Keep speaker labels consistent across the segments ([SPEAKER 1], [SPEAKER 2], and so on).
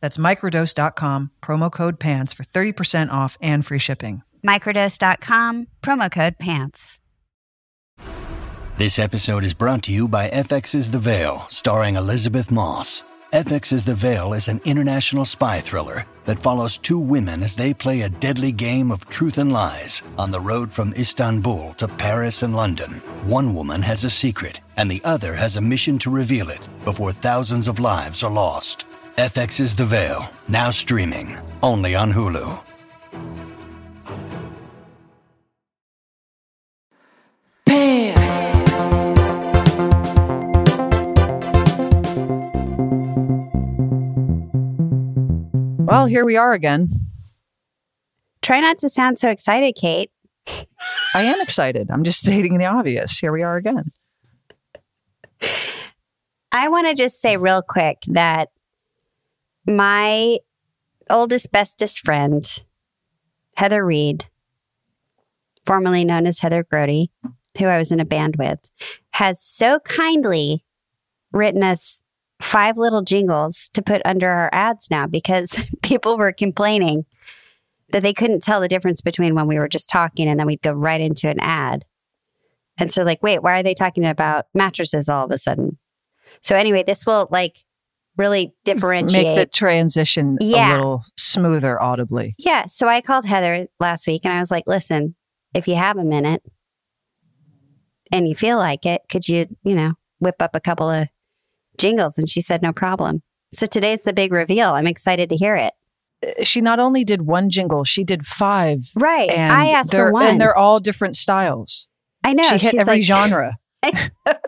[SPEAKER 1] That's microdose.com, promo code PANTS for 30% off and free shipping.
[SPEAKER 2] Microdose.com, promo code PANTS.
[SPEAKER 3] This episode is brought to you by FX's The Veil, starring Elizabeth Moss. FX's The Veil is an international spy thriller that follows two women as they play a deadly game of truth and lies on the road from Istanbul to Paris and London. One woman has a secret, and the other has a mission to reveal it before thousands of lives are lost. FX's The Veil, now streaming, only on Hulu.
[SPEAKER 1] Well, here we are again.
[SPEAKER 2] Try not to sound so excited, Kate.
[SPEAKER 1] I am excited. I'm just stating the obvious. Here we are again.
[SPEAKER 2] I want to just say real quick that my oldest, bestest friend, Heather Reed, formerly known as Heather Grody, who I was in a band with, has so kindly written us five little jingles to put under our ads now because people were complaining that they couldn't tell the difference between when we were just talking and then we'd go right into an ad. And so, like, wait, why are they talking about mattresses all of a sudden? So, anyway, this will like really differentiate.
[SPEAKER 1] Make the transition
[SPEAKER 2] Yeah.
[SPEAKER 1] a little smoother audibly.
[SPEAKER 2] Yeah. So I called Heather last week and I was like, listen, if you have a minute and you feel like it, could you, you know, whip up a couple of jingles? And she said, no problem. So today's the big reveal. I'm excited to hear it.
[SPEAKER 1] She not only did one jingle, she did five.
[SPEAKER 2] Right.
[SPEAKER 1] And
[SPEAKER 2] I asked
[SPEAKER 1] they're-
[SPEAKER 2] for one.
[SPEAKER 1] And they're all different styles.
[SPEAKER 2] I know.
[SPEAKER 1] she hit
[SPEAKER 2] she's
[SPEAKER 1] every
[SPEAKER 2] like,
[SPEAKER 1] genre.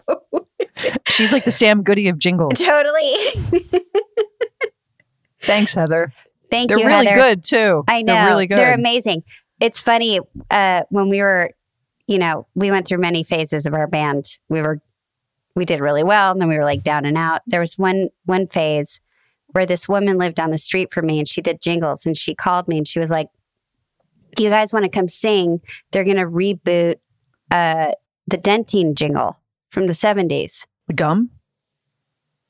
[SPEAKER 1] She's like the Sam Goody of jingles.
[SPEAKER 2] totally.
[SPEAKER 1] Thanks, Heather.
[SPEAKER 2] Thank
[SPEAKER 1] They're
[SPEAKER 2] you.
[SPEAKER 1] really
[SPEAKER 2] Heather.
[SPEAKER 1] good too.
[SPEAKER 2] I know.
[SPEAKER 1] Oh, They're really good.
[SPEAKER 2] They're amazing. It's funny uh, when we were, you know, we went through many phases of our band. We were, we did really well, and then we were like down and out. There was one one phase where this woman lived down the street from me, and she did jingles, and she called me, and she was like, "You guys want to come sing? They're going to reboot uh, the Dentine jingle from the '70s."
[SPEAKER 1] Gum.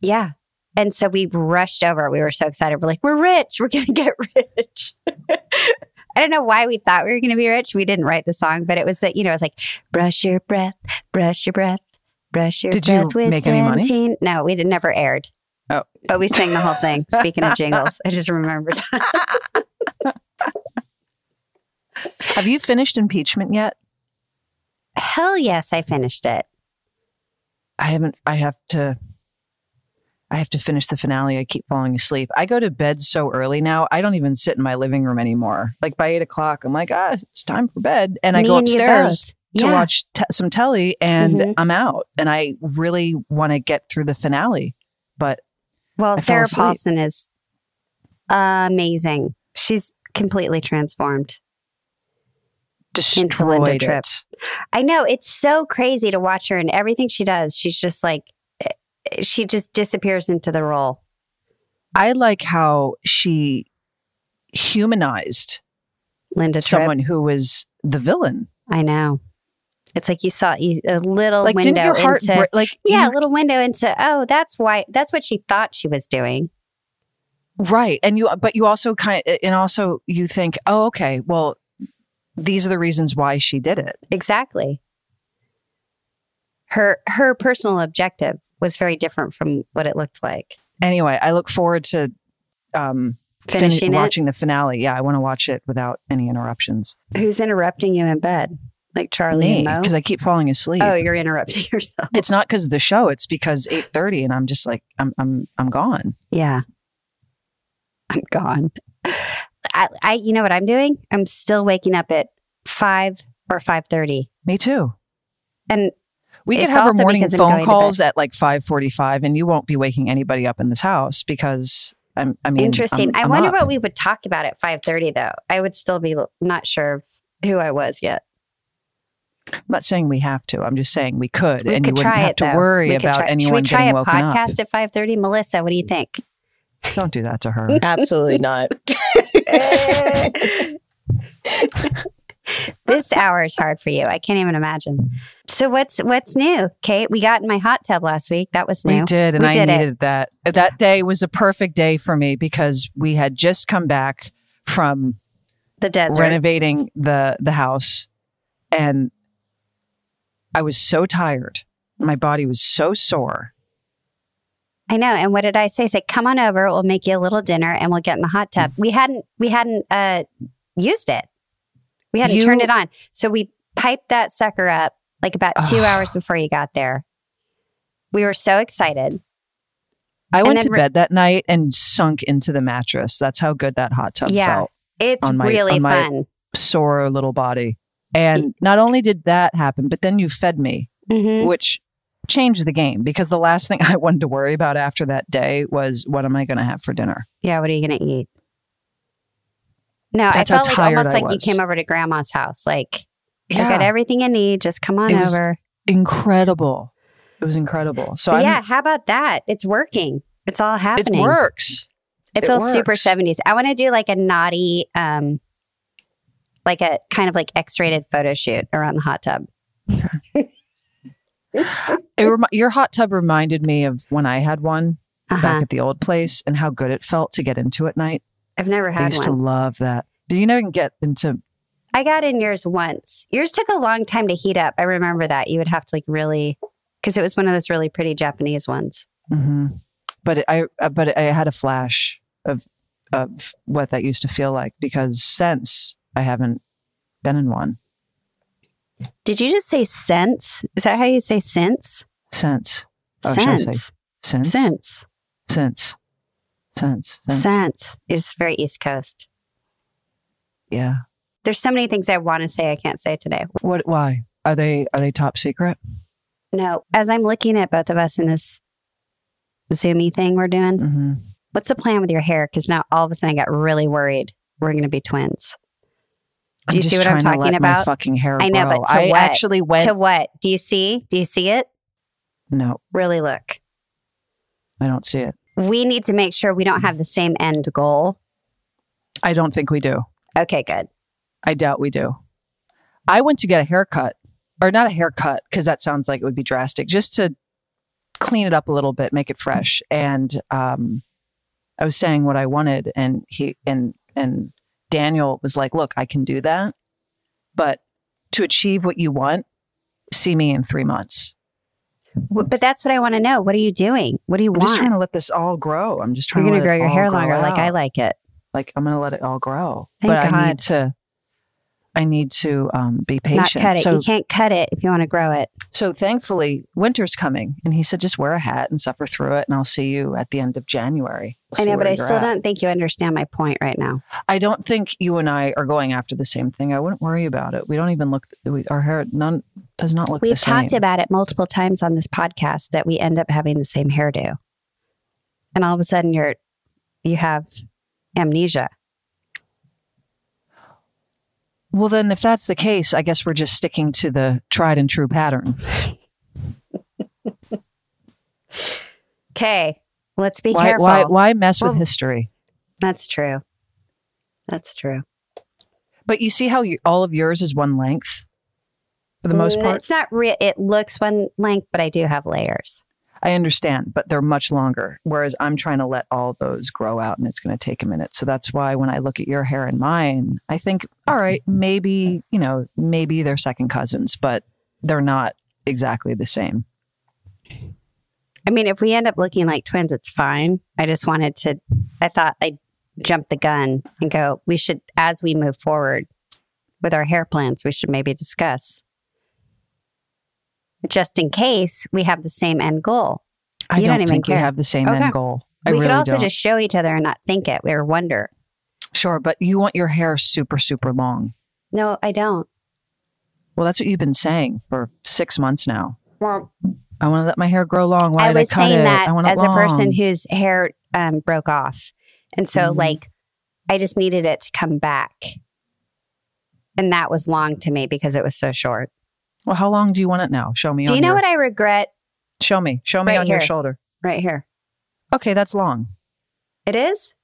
[SPEAKER 2] Yeah. And so we rushed over. We were so excited. We're like, we're rich. We're going to get rich. I don't know why we thought we were going to be rich. We didn't write the song, but it was that, you know, it was like, brush your breath, brush your breath, brush your
[SPEAKER 1] Did you
[SPEAKER 2] breath. with
[SPEAKER 1] make any money?
[SPEAKER 2] dentine." No, we did, never aired.
[SPEAKER 1] Oh.
[SPEAKER 2] But we sang the whole thing. Speaking of jingles, I just remembered that.
[SPEAKER 1] Have you finished impeachment yet?
[SPEAKER 2] Hell yes, I finished it.
[SPEAKER 1] I haven't. I have to. I have to finish the finale. I keep falling asleep. I go to bed so early now. I don't even sit in my living room anymore. Like by eight o'clock, I'm like, ah, it's time for bed, and I
[SPEAKER 2] Me
[SPEAKER 1] go
[SPEAKER 2] and you
[SPEAKER 1] upstairs
[SPEAKER 2] both.
[SPEAKER 1] to
[SPEAKER 2] Yeah.
[SPEAKER 1] watch te- some telly, and
[SPEAKER 2] Mhm.
[SPEAKER 1] I'm out. And I really want to get through the finale, but
[SPEAKER 2] Well,
[SPEAKER 1] I fall
[SPEAKER 2] Sarah
[SPEAKER 1] asleep.
[SPEAKER 2] Paulson is amazing. She's completely transformed.
[SPEAKER 1] destroyed it.
[SPEAKER 2] Tripp. I know it's so crazy to watch her and everything she does. She's just like eh, she just disappears into the role.
[SPEAKER 1] I like how she humanized
[SPEAKER 2] Linda Tripp.
[SPEAKER 1] someone who was the villain.
[SPEAKER 2] I know. It's like you saw you, a little
[SPEAKER 1] Like,
[SPEAKER 2] window
[SPEAKER 1] didn't your heart
[SPEAKER 2] into
[SPEAKER 1] break? Mm-hmm. Like,
[SPEAKER 2] yeah,
[SPEAKER 1] you-
[SPEAKER 2] a little window into oh, that's why that's what she thought she was doing.
[SPEAKER 1] right. And you, but you also kind, and also you think, oh, okay, well, these are the reasons why she did it.
[SPEAKER 2] Exactly. Her her personal objective was very different from what it looked like.
[SPEAKER 1] Anyway, I look forward to um,
[SPEAKER 2] Finishing it?
[SPEAKER 1] watching the finale. Yeah, I want to watch it without any interruptions.
[SPEAKER 2] Who's interrupting you in bed? Like Charlie
[SPEAKER 1] Me,
[SPEAKER 2] and
[SPEAKER 1] because
[SPEAKER 2] Mo?
[SPEAKER 1] I keep falling asleep.
[SPEAKER 2] Oh, you're interrupting yourself.
[SPEAKER 1] It's not because of the show. It's because eight thirty, and I'm just like I'm I'm I'm gone.
[SPEAKER 2] Yeah. I'm gone. I, I you know what I'm doing? I'm still waking up at 5 or 5:30.
[SPEAKER 1] Me too.
[SPEAKER 2] And
[SPEAKER 1] We could
[SPEAKER 2] It's
[SPEAKER 1] have our
[SPEAKER 2] also
[SPEAKER 1] morning
[SPEAKER 2] because I'm going
[SPEAKER 1] phone
[SPEAKER 2] to
[SPEAKER 1] calls at like five forty-five, and you won't be waking anybody up in this house because I'm. I mean,
[SPEAKER 2] interesting.
[SPEAKER 1] I'm-
[SPEAKER 2] i
[SPEAKER 1] I'm
[SPEAKER 2] wonder
[SPEAKER 1] up.
[SPEAKER 2] what we would talk about at 5:30 though. I would still be l- not sure who I was yet.
[SPEAKER 1] I'm not saying we have to. I'm just saying we could,
[SPEAKER 2] We
[SPEAKER 1] and
[SPEAKER 2] could
[SPEAKER 1] you wouldn't
[SPEAKER 2] try
[SPEAKER 1] have
[SPEAKER 2] it
[SPEAKER 1] to
[SPEAKER 2] though.
[SPEAKER 1] worry
[SPEAKER 2] we could
[SPEAKER 1] about
[SPEAKER 2] try,
[SPEAKER 1] anyone
[SPEAKER 2] Should we try
[SPEAKER 1] getting
[SPEAKER 2] a
[SPEAKER 1] woken
[SPEAKER 2] podcast at 5:30? Melissa, what do you think?
[SPEAKER 1] up. Don't do that to her.
[SPEAKER 4] Absolutely not.
[SPEAKER 2] this hour is hard for you. I can't even imagine. So what's what's new, Kate? We got in my hot tub last week. That was new.
[SPEAKER 1] We did, and
[SPEAKER 2] We
[SPEAKER 1] I
[SPEAKER 2] did it.
[SPEAKER 1] needed that. That day was a perfect day for me because we had just come back from
[SPEAKER 2] The desert.
[SPEAKER 1] renovating the the house, and I was so tired. My body was so sore.
[SPEAKER 2] I know. And what did I say? Say, come on over. We'll make you a little dinner, and we'll get in the hot
[SPEAKER 1] Mm.
[SPEAKER 2] tub. We hadn't we hadn't uh, used it. We hadn't
[SPEAKER 1] You-
[SPEAKER 2] turned it on. So we piped that sucker up like about two
[SPEAKER 1] Ugh.
[SPEAKER 2] hours before you got there. We were so excited.
[SPEAKER 1] I
[SPEAKER 2] And
[SPEAKER 1] went
[SPEAKER 2] then
[SPEAKER 1] to
[SPEAKER 2] re-
[SPEAKER 1] bed that night and sunk into the mattress. That's how good that hot tub
[SPEAKER 2] Yeah.
[SPEAKER 1] felt.
[SPEAKER 2] It's
[SPEAKER 1] On my-
[SPEAKER 2] really
[SPEAKER 1] on my-
[SPEAKER 2] fun.
[SPEAKER 1] Sore little body.
[SPEAKER 2] Mm.
[SPEAKER 1] And not only did that happen, but then you fed me.
[SPEAKER 2] Mhm.
[SPEAKER 1] which changed the game because the last thing I wanted to worry about after that day was what am I going to have for dinner?
[SPEAKER 2] Yeah, what are you going to eat? No, I
[SPEAKER 1] That's how
[SPEAKER 2] felt like
[SPEAKER 1] tired
[SPEAKER 2] almost
[SPEAKER 1] I
[SPEAKER 2] like you
[SPEAKER 1] was.
[SPEAKER 2] came over to grandma's house. Like, I got
[SPEAKER 1] Yeah.
[SPEAKER 2] everything you need. Just come on
[SPEAKER 1] It was-
[SPEAKER 2] over.
[SPEAKER 1] incredible. It was incredible. So
[SPEAKER 2] But
[SPEAKER 1] I'm,
[SPEAKER 2] yeah, how about that? It's working. It's all
[SPEAKER 1] it
[SPEAKER 2] happening.
[SPEAKER 1] works.
[SPEAKER 2] It
[SPEAKER 1] It
[SPEAKER 2] feels super
[SPEAKER 1] works.
[SPEAKER 2] 70s. I want to do like a naughty, um, like a kind of like X rated photo shoot around the hot tub.
[SPEAKER 1] It remi- your hot tub reminded me of when I had one
[SPEAKER 2] Uh-huh.
[SPEAKER 1] back at the old place and how good it felt to get into at night.
[SPEAKER 2] I've never
[SPEAKER 1] I
[SPEAKER 2] had
[SPEAKER 1] used
[SPEAKER 2] one.
[SPEAKER 1] to love that. Did you never even get into?
[SPEAKER 2] I got in yours once. Yours took a long time to heat up. I remember that. You would have to like really, because it was one of those really pretty Japanese ones. Mm-hmm.
[SPEAKER 1] Mhm. But it, I uh, but I had a flash of of what that used to feel like because since I haven't been in one
[SPEAKER 2] Did you just say since? Is that how you say since?
[SPEAKER 1] since. Oh, should I say
[SPEAKER 2] Since.
[SPEAKER 1] Since.
[SPEAKER 2] Since.
[SPEAKER 1] Since. Since. Since.
[SPEAKER 2] Since. It's very East Coast.
[SPEAKER 1] Yeah.
[SPEAKER 2] There's so many things I want to say I can't say today.
[SPEAKER 1] What? Why are they? Are they top secret?
[SPEAKER 2] No, as I'm looking at both of us in this zoomy thing we're doing,
[SPEAKER 1] Mm-hmm.
[SPEAKER 2] what's the plan with your hair? Because now all of a sudden I got really worried we're going to be twins. Do you see what I'm
[SPEAKER 1] to let
[SPEAKER 2] talking
[SPEAKER 1] My
[SPEAKER 2] about?
[SPEAKER 1] fucking hair.
[SPEAKER 2] I know,
[SPEAKER 1] grow.
[SPEAKER 2] but to
[SPEAKER 1] I
[SPEAKER 2] what?
[SPEAKER 1] actually went.
[SPEAKER 2] to what? Do you see? Do you see it?
[SPEAKER 1] no,
[SPEAKER 2] Really look.
[SPEAKER 1] I don't see it.
[SPEAKER 2] We need to make sure we don't have the same end goal.
[SPEAKER 1] I don't think we do.
[SPEAKER 2] Okay, good.
[SPEAKER 1] I doubt we do. I went to get a haircut, or not a haircut, because that sounds like it would be drastic. Just to clean it up a little bit, make it fresh. And um, I was saying what I wanted, and he and and Daniel was like, "Look, I can do that, but to achieve what you want, see me in three months."
[SPEAKER 2] W- But that's what I want to know. What are you doing? What do you
[SPEAKER 1] I'm
[SPEAKER 2] want?
[SPEAKER 1] just trying to let this all grow. I'm just
[SPEAKER 2] You're
[SPEAKER 1] trying.
[SPEAKER 2] going to
[SPEAKER 1] to
[SPEAKER 2] grow
[SPEAKER 1] let it
[SPEAKER 2] your
[SPEAKER 1] all
[SPEAKER 2] hair
[SPEAKER 1] grow
[SPEAKER 2] longer like
[SPEAKER 1] out.
[SPEAKER 2] I like it.
[SPEAKER 1] Like I'm going to let it all grow,
[SPEAKER 2] Thank
[SPEAKER 1] but I
[SPEAKER 2] God.
[SPEAKER 1] need to. I need to um, be patient.
[SPEAKER 2] Not cut it.
[SPEAKER 1] So
[SPEAKER 2] you can't cut it if you want to grow it.
[SPEAKER 1] So thankfully, winter's coming, and he said, "Just wear a hat and suffer through it, and I'll see you at the end of January." We'll
[SPEAKER 2] I
[SPEAKER 1] see
[SPEAKER 2] know, but
[SPEAKER 1] where
[SPEAKER 2] I
[SPEAKER 1] you're
[SPEAKER 2] still
[SPEAKER 1] at."
[SPEAKER 2] don't think you understand my point right now.
[SPEAKER 1] I don't think you and I are going after the same thing. I wouldn't worry about it. We don't even look. We, our hair none does not look.
[SPEAKER 2] We've
[SPEAKER 1] the
[SPEAKER 2] talked
[SPEAKER 1] same.
[SPEAKER 2] about it multiple times on this podcast that we end up having the same hairdo. And all of a sudden you're you have amnesia.
[SPEAKER 1] Well, then, if that's the case, I guess we're just sticking to the tried and true pattern.
[SPEAKER 2] Okay. Let's be
[SPEAKER 1] why,
[SPEAKER 2] careful.
[SPEAKER 1] why? Why mess with
[SPEAKER 2] Well-
[SPEAKER 1] history?
[SPEAKER 2] That's true. That's true.
[SPEAKER 1] But you see how you, all of yours is one length for the most
[SPEAKER 2] Mm,
[SPEAKER 1] part.
[SPEAKER 2] It's not real it looks one length, but I do have layers.
[SPEAKER 1] I understand, but they're much longer. Whereas I'm trying to let all those grow out and it's going to take a minute. So that's why when I look at your hair and mine, I think, all right, maybe, you know, maybe they're second cousins, but they're not exactly the same.
[SPEAKER 2] I mean, if we end up looking like twins, it's fine. I just wanted to I thought I jump the gun and go, we should, as we move forward with our hair plans, we should maybe discuss. Just in case we have the same end goal.
[SPEAKER 1] I
[SPEAKER 2] You
[SPEAKER 1] don't,
[SPEAKER 2] don't even
[SPEAKER 1] think
[SPEAKER 2] care.
[SPEAKER 1] we have the same
[SPEAKER 2] Okay.
[SPEAKER 1] end goal. I
[SPEAKER 2] we
[SPEAKER 1] really
[SPEAKER 2] could also
[SPEAKER 1] don't.
[SPEAKER 2] just show each other and not think it or wonder.
[SPEAKER 1] sure, but you want your hair super super long.
[SPEAKER 2] No, I don't.
[SPEAKER 1] Well, that's what you've been saying for six months now.
[SPEAKER 2] Well,
[SPEAKER 1] I want to let my hair grow long. Why
[SPEAKER 2] I
[SPEAKER 1] did
[SPEAKER 2] was
[SPEAKER 1] I cut
[SPEAKER 2] saying
[SPEAKER 1] it?
[SPEAKER 2] that
[SPEAKER 1] I want it
[SPEAKER 2] as a person
[SPEAKER 1] long.
[SPEAKER 2] whose hair um, broke off. And so,
[SPEAKER 1] Mhm.
[SPEAKER 2] like, I just needed it to come back. And that was long to me because it was so short.
[SPEAKER 1] Well, how long do you want it now? Show me.
[SPEAKER 2] Do
[SPEAKER 1] on
[SPEAKER 2] you know
[SPEAKER 1] your,
[SPEAKER 2] what I regret
[SPEAKER 1] Show me. Show me
[SPEAKER 2] Right
[SPEAKER 1] on your
[SPEAKER 2] here.
[SPEAKER 1] shoulder.
[SPEAKER 2] right here?
[SPEAKER 1] Okay, that's long.
[SPEAKER 2] It is?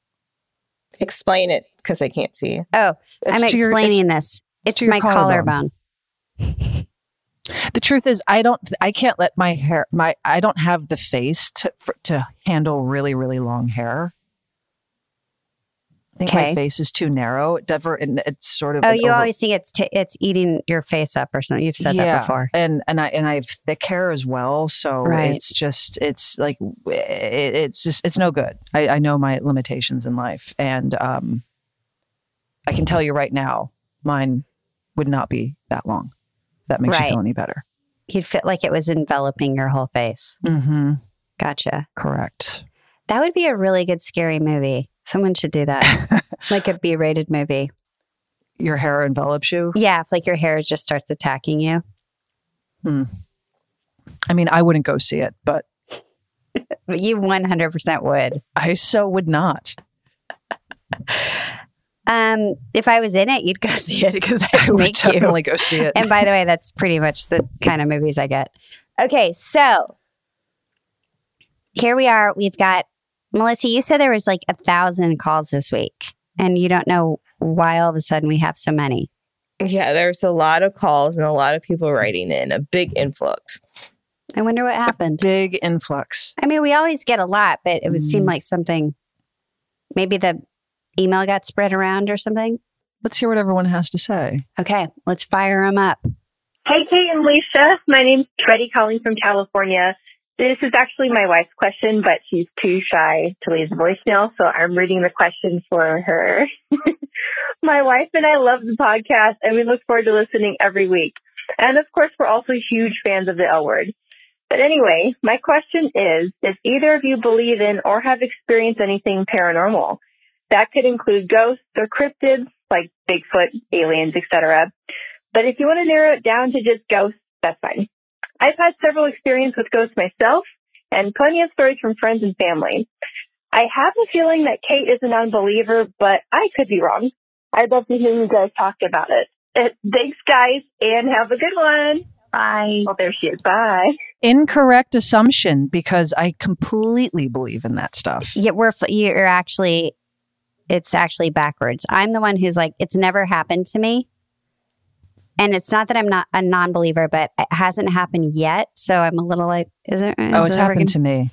[SPEAKER 5] Explain it because they can't see you.
[SPEAKER 2] Oh,
[SPEAKER 1] It's
[SPEAKER 2] I'm
[SPEAKER 1] to your-
[SPEAKER 2] explaining
[SPEAKER 1] it's-
[SPEAKER 2] this. It's,
[SPEAKER 1] to your
[SPEAKER 2] my
[SPEAKER 1] collarbone.
[SPEAKER 2] collarbone.
[SPEAKER 1] The truth is, I don't. I can't let my hair. My I don't have the face to for, to handle really really long hair. I think my
[SPEAKER 2] Okay.
[SPEAKER 1] face is too narrow. It never. And it's sort of.
[SPEAKER 2] Oh,
[SPEAKER 1] an
[SPEAKER 2] you
[SPEAKER 1] over-
[SPEAKER 2] always think it's t- it's eating your face up or something. You've said
[SPEAKER 1] Yeah.
[SPEAKER 2] that before.
[SPEAKER 1] And and I and I have thick hair as well, so
[SPEAKER 2] Right.
[SPEAKER 1] it's just it's like it, it's just it's no good. I, I know my limitations in life, and um, I can tell you right now, mine would not be that long. If that makes you
[SPEAKER 2] Right.
[SPEAKER 1] feel any better?
[SPEAKER 2] You'd feel like it was enveloping your whole face.
[SPEAKER 1] Mm-hmm.
[SPEAKER 2] Gotcha.
[SPEAKER 1] Correct.
[SPEAKER 2] That would be a really good scary movie. Someone should do that, like a B-rated movie.
[SPEAKER 1] Your hair envelops you.
[SPEAKER 2] Yeah, if like your hair just starts attacking you.
[SPEAKER 1] I mean, I wouldn't go see it, but
[SPEAKER 2] But You 100% would.
[SPEAKER 1] I so would not.
[SPEAKER 2] Um, if I was in it, you'd go see it because I
[SPEAKER 1] I would
[SPEAKER 2] make you.
[SPEAKER 1] definitely go see it.
[SPEAKER 2] and by the way, that's pretty much the kind of movies I get. Okay, so here we are. We've got Melissa. You said there was like a thousand calls this week, and you don't know why all of a sudden we have so many.
[SPEAKER 5] Yeah, there's a lot of calls and a lot of people writing in, a big influx.
[SPEAKER 2] I wonder what happened.
[SPEAKER 1] Big influx.
[SPEAKER 2] I mean, we always get a lot, but it would seem
[SPEAKER 1] Mhm.
[SPEAKER 2] like something. Maybe the email got spread around or something.
[SPEAKER 1] Let's hear what everyone has to say.
[SPEAKER 2] Okay, let's fire them up.
[SPEAKER 6] Hey, Kate and Lisa. My name's Betty calling from California. This is actually my wife's question, but she's too shy to leave the voicemail, so I'm reading the question for her. my wife and I love the podcast, and we look forward to listening every week. And of course, we're also huge fans of the L word. But anyway, my question is, if either of you believe in or have experienced anything paranormal, that could include ghosts or cryptids like Bigfoot, aliens, etc. But if you want to narrow it down to just ghosts, that's fine. I've had several experience with ghosts myself and plenty of stories from friends and family. I have a feeling that Kate is a non-believer, but I could be wrong. I'd love to hear you guys talk about it. Uh, Thanks guys and have a good one. Bye. Well, there she is. Bye.
[SPEAKER 1] incorrect assumption because I completely believe in that stuff.
[SPEAKER 2] Yeah, we're fl- you're actually it's actually backwards. I'm the one who's like it's never happened to me. And it's not that I'm not a non-believer, but it hasn't happened yet. So I'm a little like, is it?
[SPEAKER 1] oh, it's happened to me.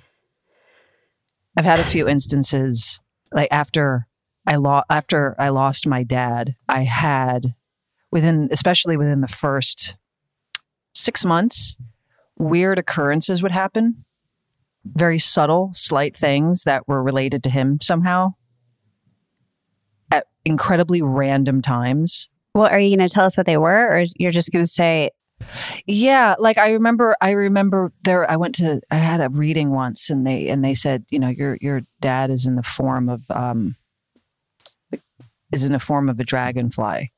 [SPEAKER 1] I've had a few instances like after I lost after I lost my dad, I had within especially within the first 6 months weird occurrences would happen. Very subtle, slight things that were related to him somehow at incredibly random times.
[SPEAKER 2] Well, are you going to tell us what they were, or is, you're just going to say
[SPEAKER 1] Yeah, like I remember I remember there I went to I had a reading once and they and they said, you know, your your dad is in the form of um is in the form of a dragonfly.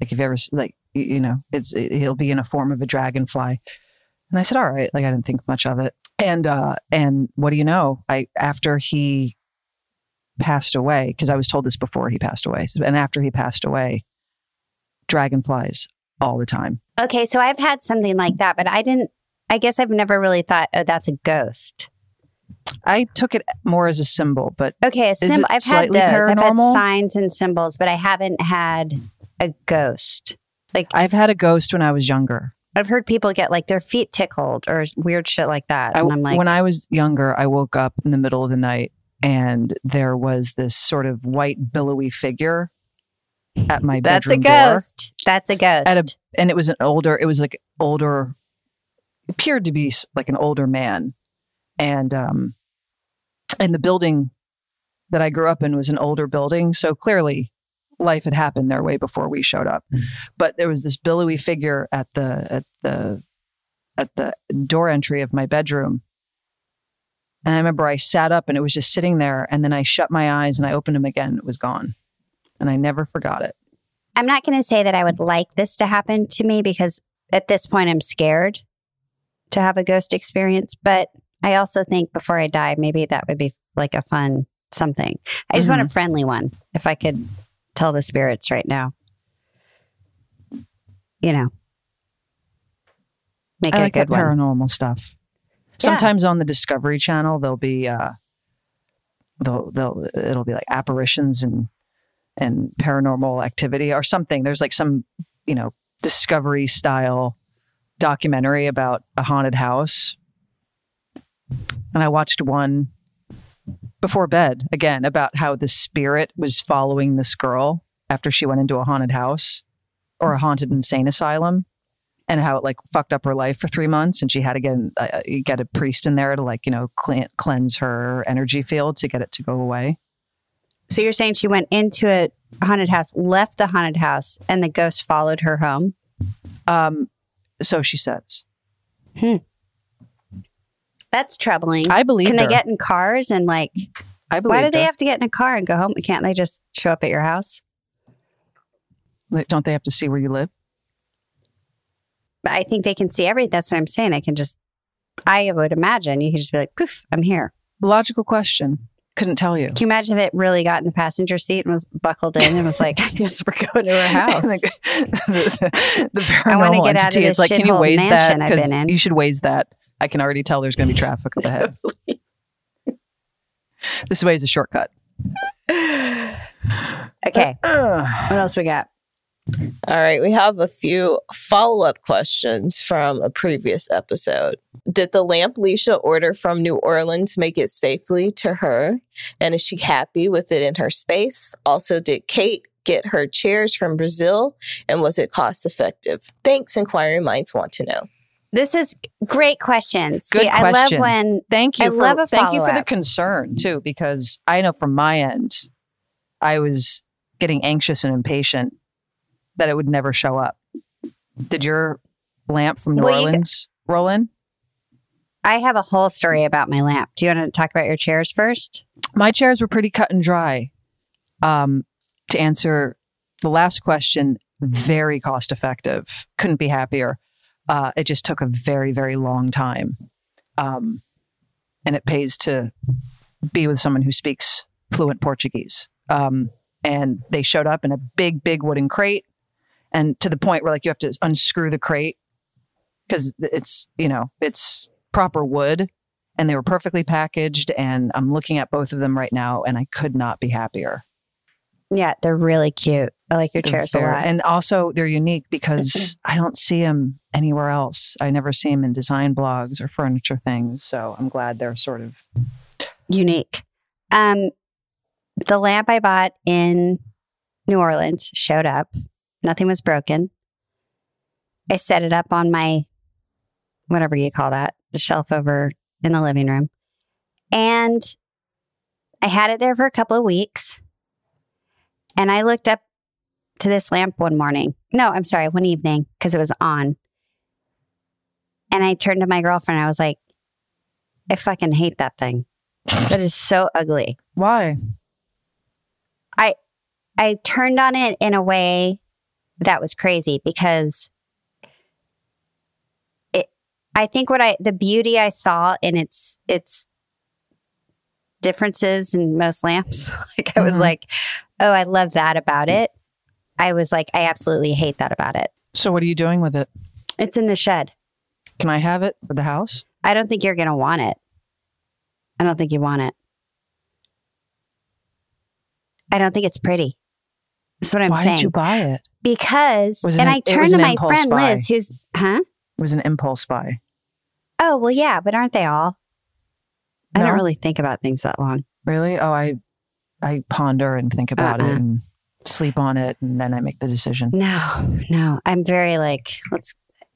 [SPEAKER 1] Like you've ever s- like y- you know, it's he'll be in a form of a dragonfly. And I said, "All right." Like I didn't think much of it. And uh and what do you know? I after he passed away because I was told this before he passed away. And after he passed away, dragonflies all the time.
[SPEAKER 2] Okay, so I've had something like that, but I didn't. I guess I've never really thought, oh, that's a ghost.
[SPEAKER 1] I took it more as a symbol, but
[SPEAKER 2] Okay, a
[SPEAKER 1] it
[SPEAKER 2] symbol. I've had
[SPEAKER 1] slightly
[SPEAKER 2] those. I've had
[SPEAKER 1] paranormal?
[SPEAKER 2] signs and symbols, but I haven't had a ghost. Like
[SPEAKER 1] I've had a ghost when I was younger.
[SPEAKER 2] I've heard people get like their feet tickled or weird shit like that,
[SPEAKER 1] I,
[SPEAKER 2] and I'm like,
[SPEAKER 1] when I was younger, I woke up in the middle of the night and there was this sort of white billowy figure at my
[SPEAKER 2] that's a
[SPEAKER 1] bedroom door.
[SPEAKER 2] ghost. That's a ghost.
[SPEAKER 1] At a and it was an older it was like older appeared to be s- like an older man and um and the building that I grew up in was an older building. So clearly life had happened there way before we showed up. But there was this billowy figure at the at the at the door entry of my bedroom. And I remember I sat up and it was just sitting there and then I shut my eyes and I opened them again. It was gone. And I never forgot it.
[SPEAKER 2] I'm not going to say that I would like this to happen to me because at this point I'm scared to have a ghost experience. But I also think before I die, maybe that would be like a fun something. I just
[SPEAKER 1] Mm-hmm.
[SPEAKER 2] want a friendly one if I could tell the spirits right now. You know, make
[SPEAKER 1] I
[SPEAKER 2] it
[SPEAKER 1] like
[SPEAKER 2] a good
[SPEAKER 1] that
[SPEAKER 2] one.
[SPEAKER 1] paranormal stuff.
[SPEAKER 2] Yeah.
[SPEAKER 1] Sometimes on the Discovery Channel, there'll be uh, they'll they'll it'll be like apparitions and and paranormal activity or something. There's like some you know Discovery style documentary about a haunted house, and I watched one before bed again about how the spirit was following this girl after she went into a haunted house or a haunted insane asylum and how it like fucked up her life for three months, and she had to get an- uh, get a priest in there to like you know cle- cleanse her energy field to get it to go away.
[SPEAKER 2] So you're saying she went into a haunted house, left the haunted house, and the ghost followed her home?
[SPEAKER 1] Um, so she says,
[SPEAKER 2] That's troubling.
[SPEAKER 1] "I believe."
[SPEAKER 2] Can
[SPEAKER 1] her.
[SPEAKER 2] they get in cars and like,
[SPEAKER 1] I believe.
[SPEAKER 2] why do they have to get in a car and go home? Can't they just show up at your house?
[SPEAKER 1] have? Don't they have to see where you live?
[SPEAKER 2] But I think they can see everything. That's what I'm saying. They can just, I would imagine you could just be like, poof, I'm here.
[SPEAKER 1] Logical question. Couldn't tell you.
[SPEAKER 2] Can you imagine if it really got in the passenger seat and was buckled in and was like, I guess we're going to her house?
[SPEAKER 1] Like, the, the
[SPEAKER 2] I wanna
[SPEAKER 1] paranormal
[SPEAKER 2] get out of
[SPEAKER 1] entity
[SPEAKER 2] this
[SPEAKER 1] is like, can you
[SPEAKER 2] shithole
[SPEAKER 1] waze that?
[SPEAKER 2] mansion I've been in."
[SPEAKER 1] you should waze that. I can already tell there's going to be traffic up ahead. this way is a shortcut.
[SPEAKER 2] okay. What else we got?
[SPEAKER 5] All right, we have a few follow up questions from a previous episode. Did the lamp Leisha order from New Orleans make it safely to her? And is she happy with it in her space? Also, did Kate get her chairs from Brazil and was it cost effective? Thanks, inquiring minds want to know.
[SPEAKER 2] This is great questions.
[SPEAKER 1] Good
[SPEAKER 2] see, I
[SPEAKER 1] question.
[SPEAKER 2] love when
[SPEAKER 1] thank you.
[SPEAKER 2] I
[SPEAKER 1] for,
[SPEAKER 2] love a
[SPEAKER 1] thank you for the
[SPEAKER 2] follow-up.
[SPEAKER 1] concern too, because I know from my end, I was getting anxious and impatient that it would never show up. Did your lamp from New
[SPEAKER 2] Well, you-
[SPEAKER 1] Orleans roll in?
[SPEAKER 2] I have a whole story about my lamp. Do you want to talk about your chairs first?
[SPEAKER 1] My chairs were pretty cut and dry. Um, to answer the last question, very cost effective. Couldn't be happier. Uh, it just took a very, very long time. Um, and it pays to be with someone who speaks fluent Portuguese. Um, and they showed up in a big, big wooden crate. And to the point where like you have to unscrew the crate because it's, you know, it's proper wood and they were perfectly packaged and i'm looking at both of them right now and i could not be happier
[SPEAKER 2] Yeah, they're really cute. I like your
[SPEAKER 1] They're
[SPEAKER 2] chairs a
[SPEAKER 1] very-
[SPEAKER 2] lot.
[SPEAKER 1] and also they're unique because i don't see them anywhere else i never see them in design blogs or furniture things so i'm glad they're sort of
[SPEAKER 2] Unique. Um, the lamp I bought in New Orleans showed up. Nothing was broken. I set it up on my whatever you call that, the shelf over in the living room. And I had it there for a couple of weeks. And I looked up to this lamp one morning. No, I'm sorry, one evening because it was on. And I turned to my girlfriend. I was like, I fucking hate that thing. That is so ugly.
[SPEAKER 1] why
[SPEAKER 2] I turned on it in a way that was crazy because it I think what I the beauty I saw in its its differences in most lamps like I was
[SPEAKER 1] Mhm.
[SPEAKER 2] like oh I love that about it I was like I absolutely hate that about it
[SPEAKER 1] so what are you doing with it
[SPEAKER 2] it's in the shed
[SPEAKER 1] can i have it for the house
[SPEAKER 2] I don't think you're going to want it I don't think you want it I don't think it's pretty that's what I'm
[SPEAKER 1] why
[SPEAKER 2] saying
[SPEAKER 1] did you buy it
[SPEAKER 2] because
[SPEAKER 1] Was it
[SPEAKER 2] and
[SPEAKER 1] an-
[SPEAKER 2] I
[SPEAKER 1] it was
[SPEAKER 2] turned to
[SPEAKER 1] an
[SPEAKER 2] my
[SPEAKER 1] impulse
[SPEAKER 2] friend
[SPEAKER 1] buy?
[SPEAKER 2] Liz who's huh?
[SPEAKER 1] it was an impulse buy
[SPEAKER 2] Oh, well yeah, but aren't they all? I
[SPEAKER 1] No?
[SPEAKER 2] don't really think about things that long.
[SPEAKER 1] really oh i i ponder and think about
[SPEAKER 2] Uh-uh.
[SPEAKER 1] it and sleep on it and then i make the decision
[SPEAKER 2] No, no. I'm very like let's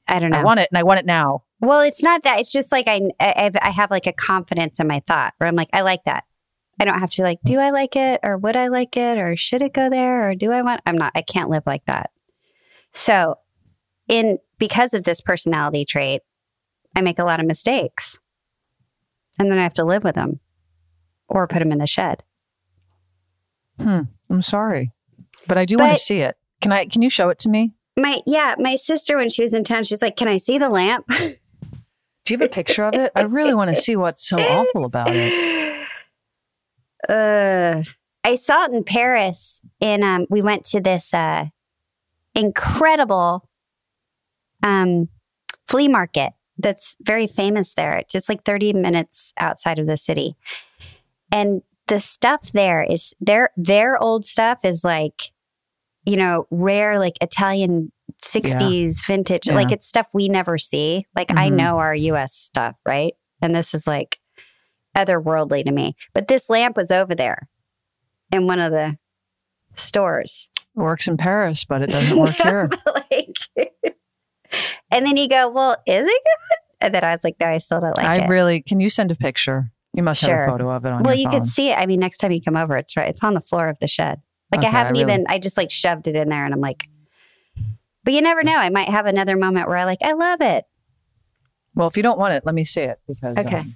[SPEAKER 2] I don't know.
[SPEAKER 1] i want it and i want it now
[SPEAKER 2] well, it's not that. It's just like I I I've- I have like a confidence in my thought where I'm like I like that. I don't have to like, do I like it or would I like it or should it go there or do I want? I'm not, I can't live like that. So, in because of this personality trait, I make a lot of mistakes and then I have to live with them or put them in the shed.
[SPEAKER 1] I'm sorry, but I do want
[SPEAKER 2] But-
[SPEAKER 1] to see it. Can I? Can you show it to me?
[SPEAKER 2] My, yeah, my sister, when she was in town, she's like, Can I see the lamp?
[SPEAKER 1] Do you have a picture of it? I really want to see what's so awful about it.
[SPEAKER 2] Uh, I saw it in Paris, and um, we went to this uh, incredible um, flea market that's very famous there. It's just like 30 minutes outside of the city, and the stuff there is their their old stuff is like, you know, rare like Italian. 60s vintage
[SPEAKER 1] Yeah.
[SPEAKER 2] like it's stuff we never see like i
[SPEAKER 1] Mhm.
[SPEAKER 2] know our us stuff right and this is like otherworldly to me. But this lamp was over there in one of the stores.
[SPEAKER 1] It works in Paris, but it doesn't work here.
[SPEAKER 2] like, and then you go, "Well, is it good?" And then I was like, "No, I still don't like
[SPEAKER 1] I
[SPEAKER 2] it."
[SPEAKER 1] really. Can you send a picture? You must
[SPEAKER 2] Sure.
[SPEAKER 1] have a photo of it on
[SPEAKER 2] well,
[SPEAKER 1] your
[SPEAKER 2] you
[SPEAKER 1] phone.
[SPEAKER 2] could see it. I mean, next time you come over, it's right. It's on the floor of the shed. Like I
[SPEAKER 1] Okay, I
[SPEAKER 2] haven't
[SPEAKER 1] really-
[SPEAKER 2] even. I just like shoved it in there, and I'm like. But you never know. I might have another moment where I like, I love it.
[SPEAKER 1] Well, if you don't want it, let me see it because
[SPEAKER 2] Okay.
[SPEAKER 1] um,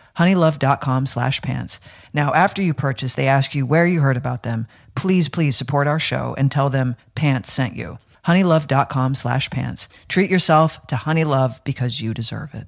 [SPEAKER 7] honeylove.com slash pants. Now, after you purchase, they ask you where you heard about them. Please, please support our show and tell them pants sent you. Honeylove.com slash pants. Treat yourself to Honey Love because you deserve it.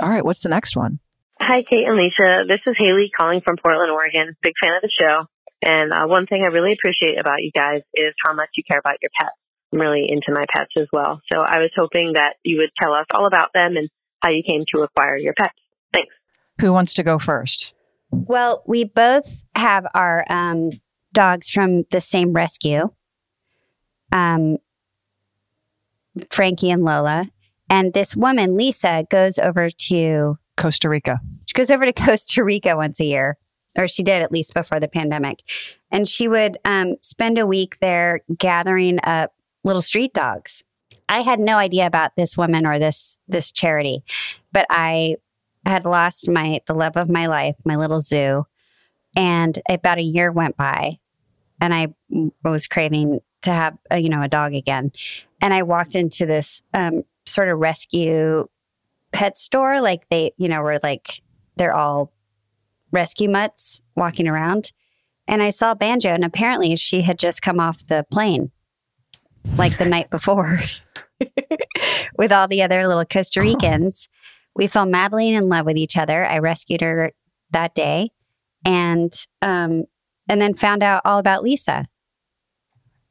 [SPEAKER 1] All right, what's the next one?
[SPEAKER 6] Hi, Kate and Leisha. This is Haley calling from Portland, Oregon. Big fan of the show. And uh, one thing I really appreciate about you guys is how much you care about your pets. I'm really into my pets as well. So I was hoping that you would tell us all about them and how you came to acquire your pets. Thanks.
[SPEAKER 1] Who wants to go first?
[SPEAKER 2] Well, we both have our um, dogs from the same rescue, um, Frankie and Lola. And this woman, Lisa, goes over to
[SPEAKER 1] Costa Rica.
[SPEAKER 2] she goes over to Costa Rica once a year, or she did at least before the pandemic. And she would um, spend a week there gathering up little street dogs. I had no idea about this woman or this this charity, but I had lost my the love of my life, my little zoo, and about a year went by, and I was craving to have uh, you know a dog again, and I walked into this um, sort of rescue pet store, like they you know were like they're all rescue mutts walking around. And I saw Banjo, and apparently she had just come off the plane like the night before with all the other little Costa Ricans. We fell madly in love with each other. I rescued her that day and um, and then found out all about Lisa.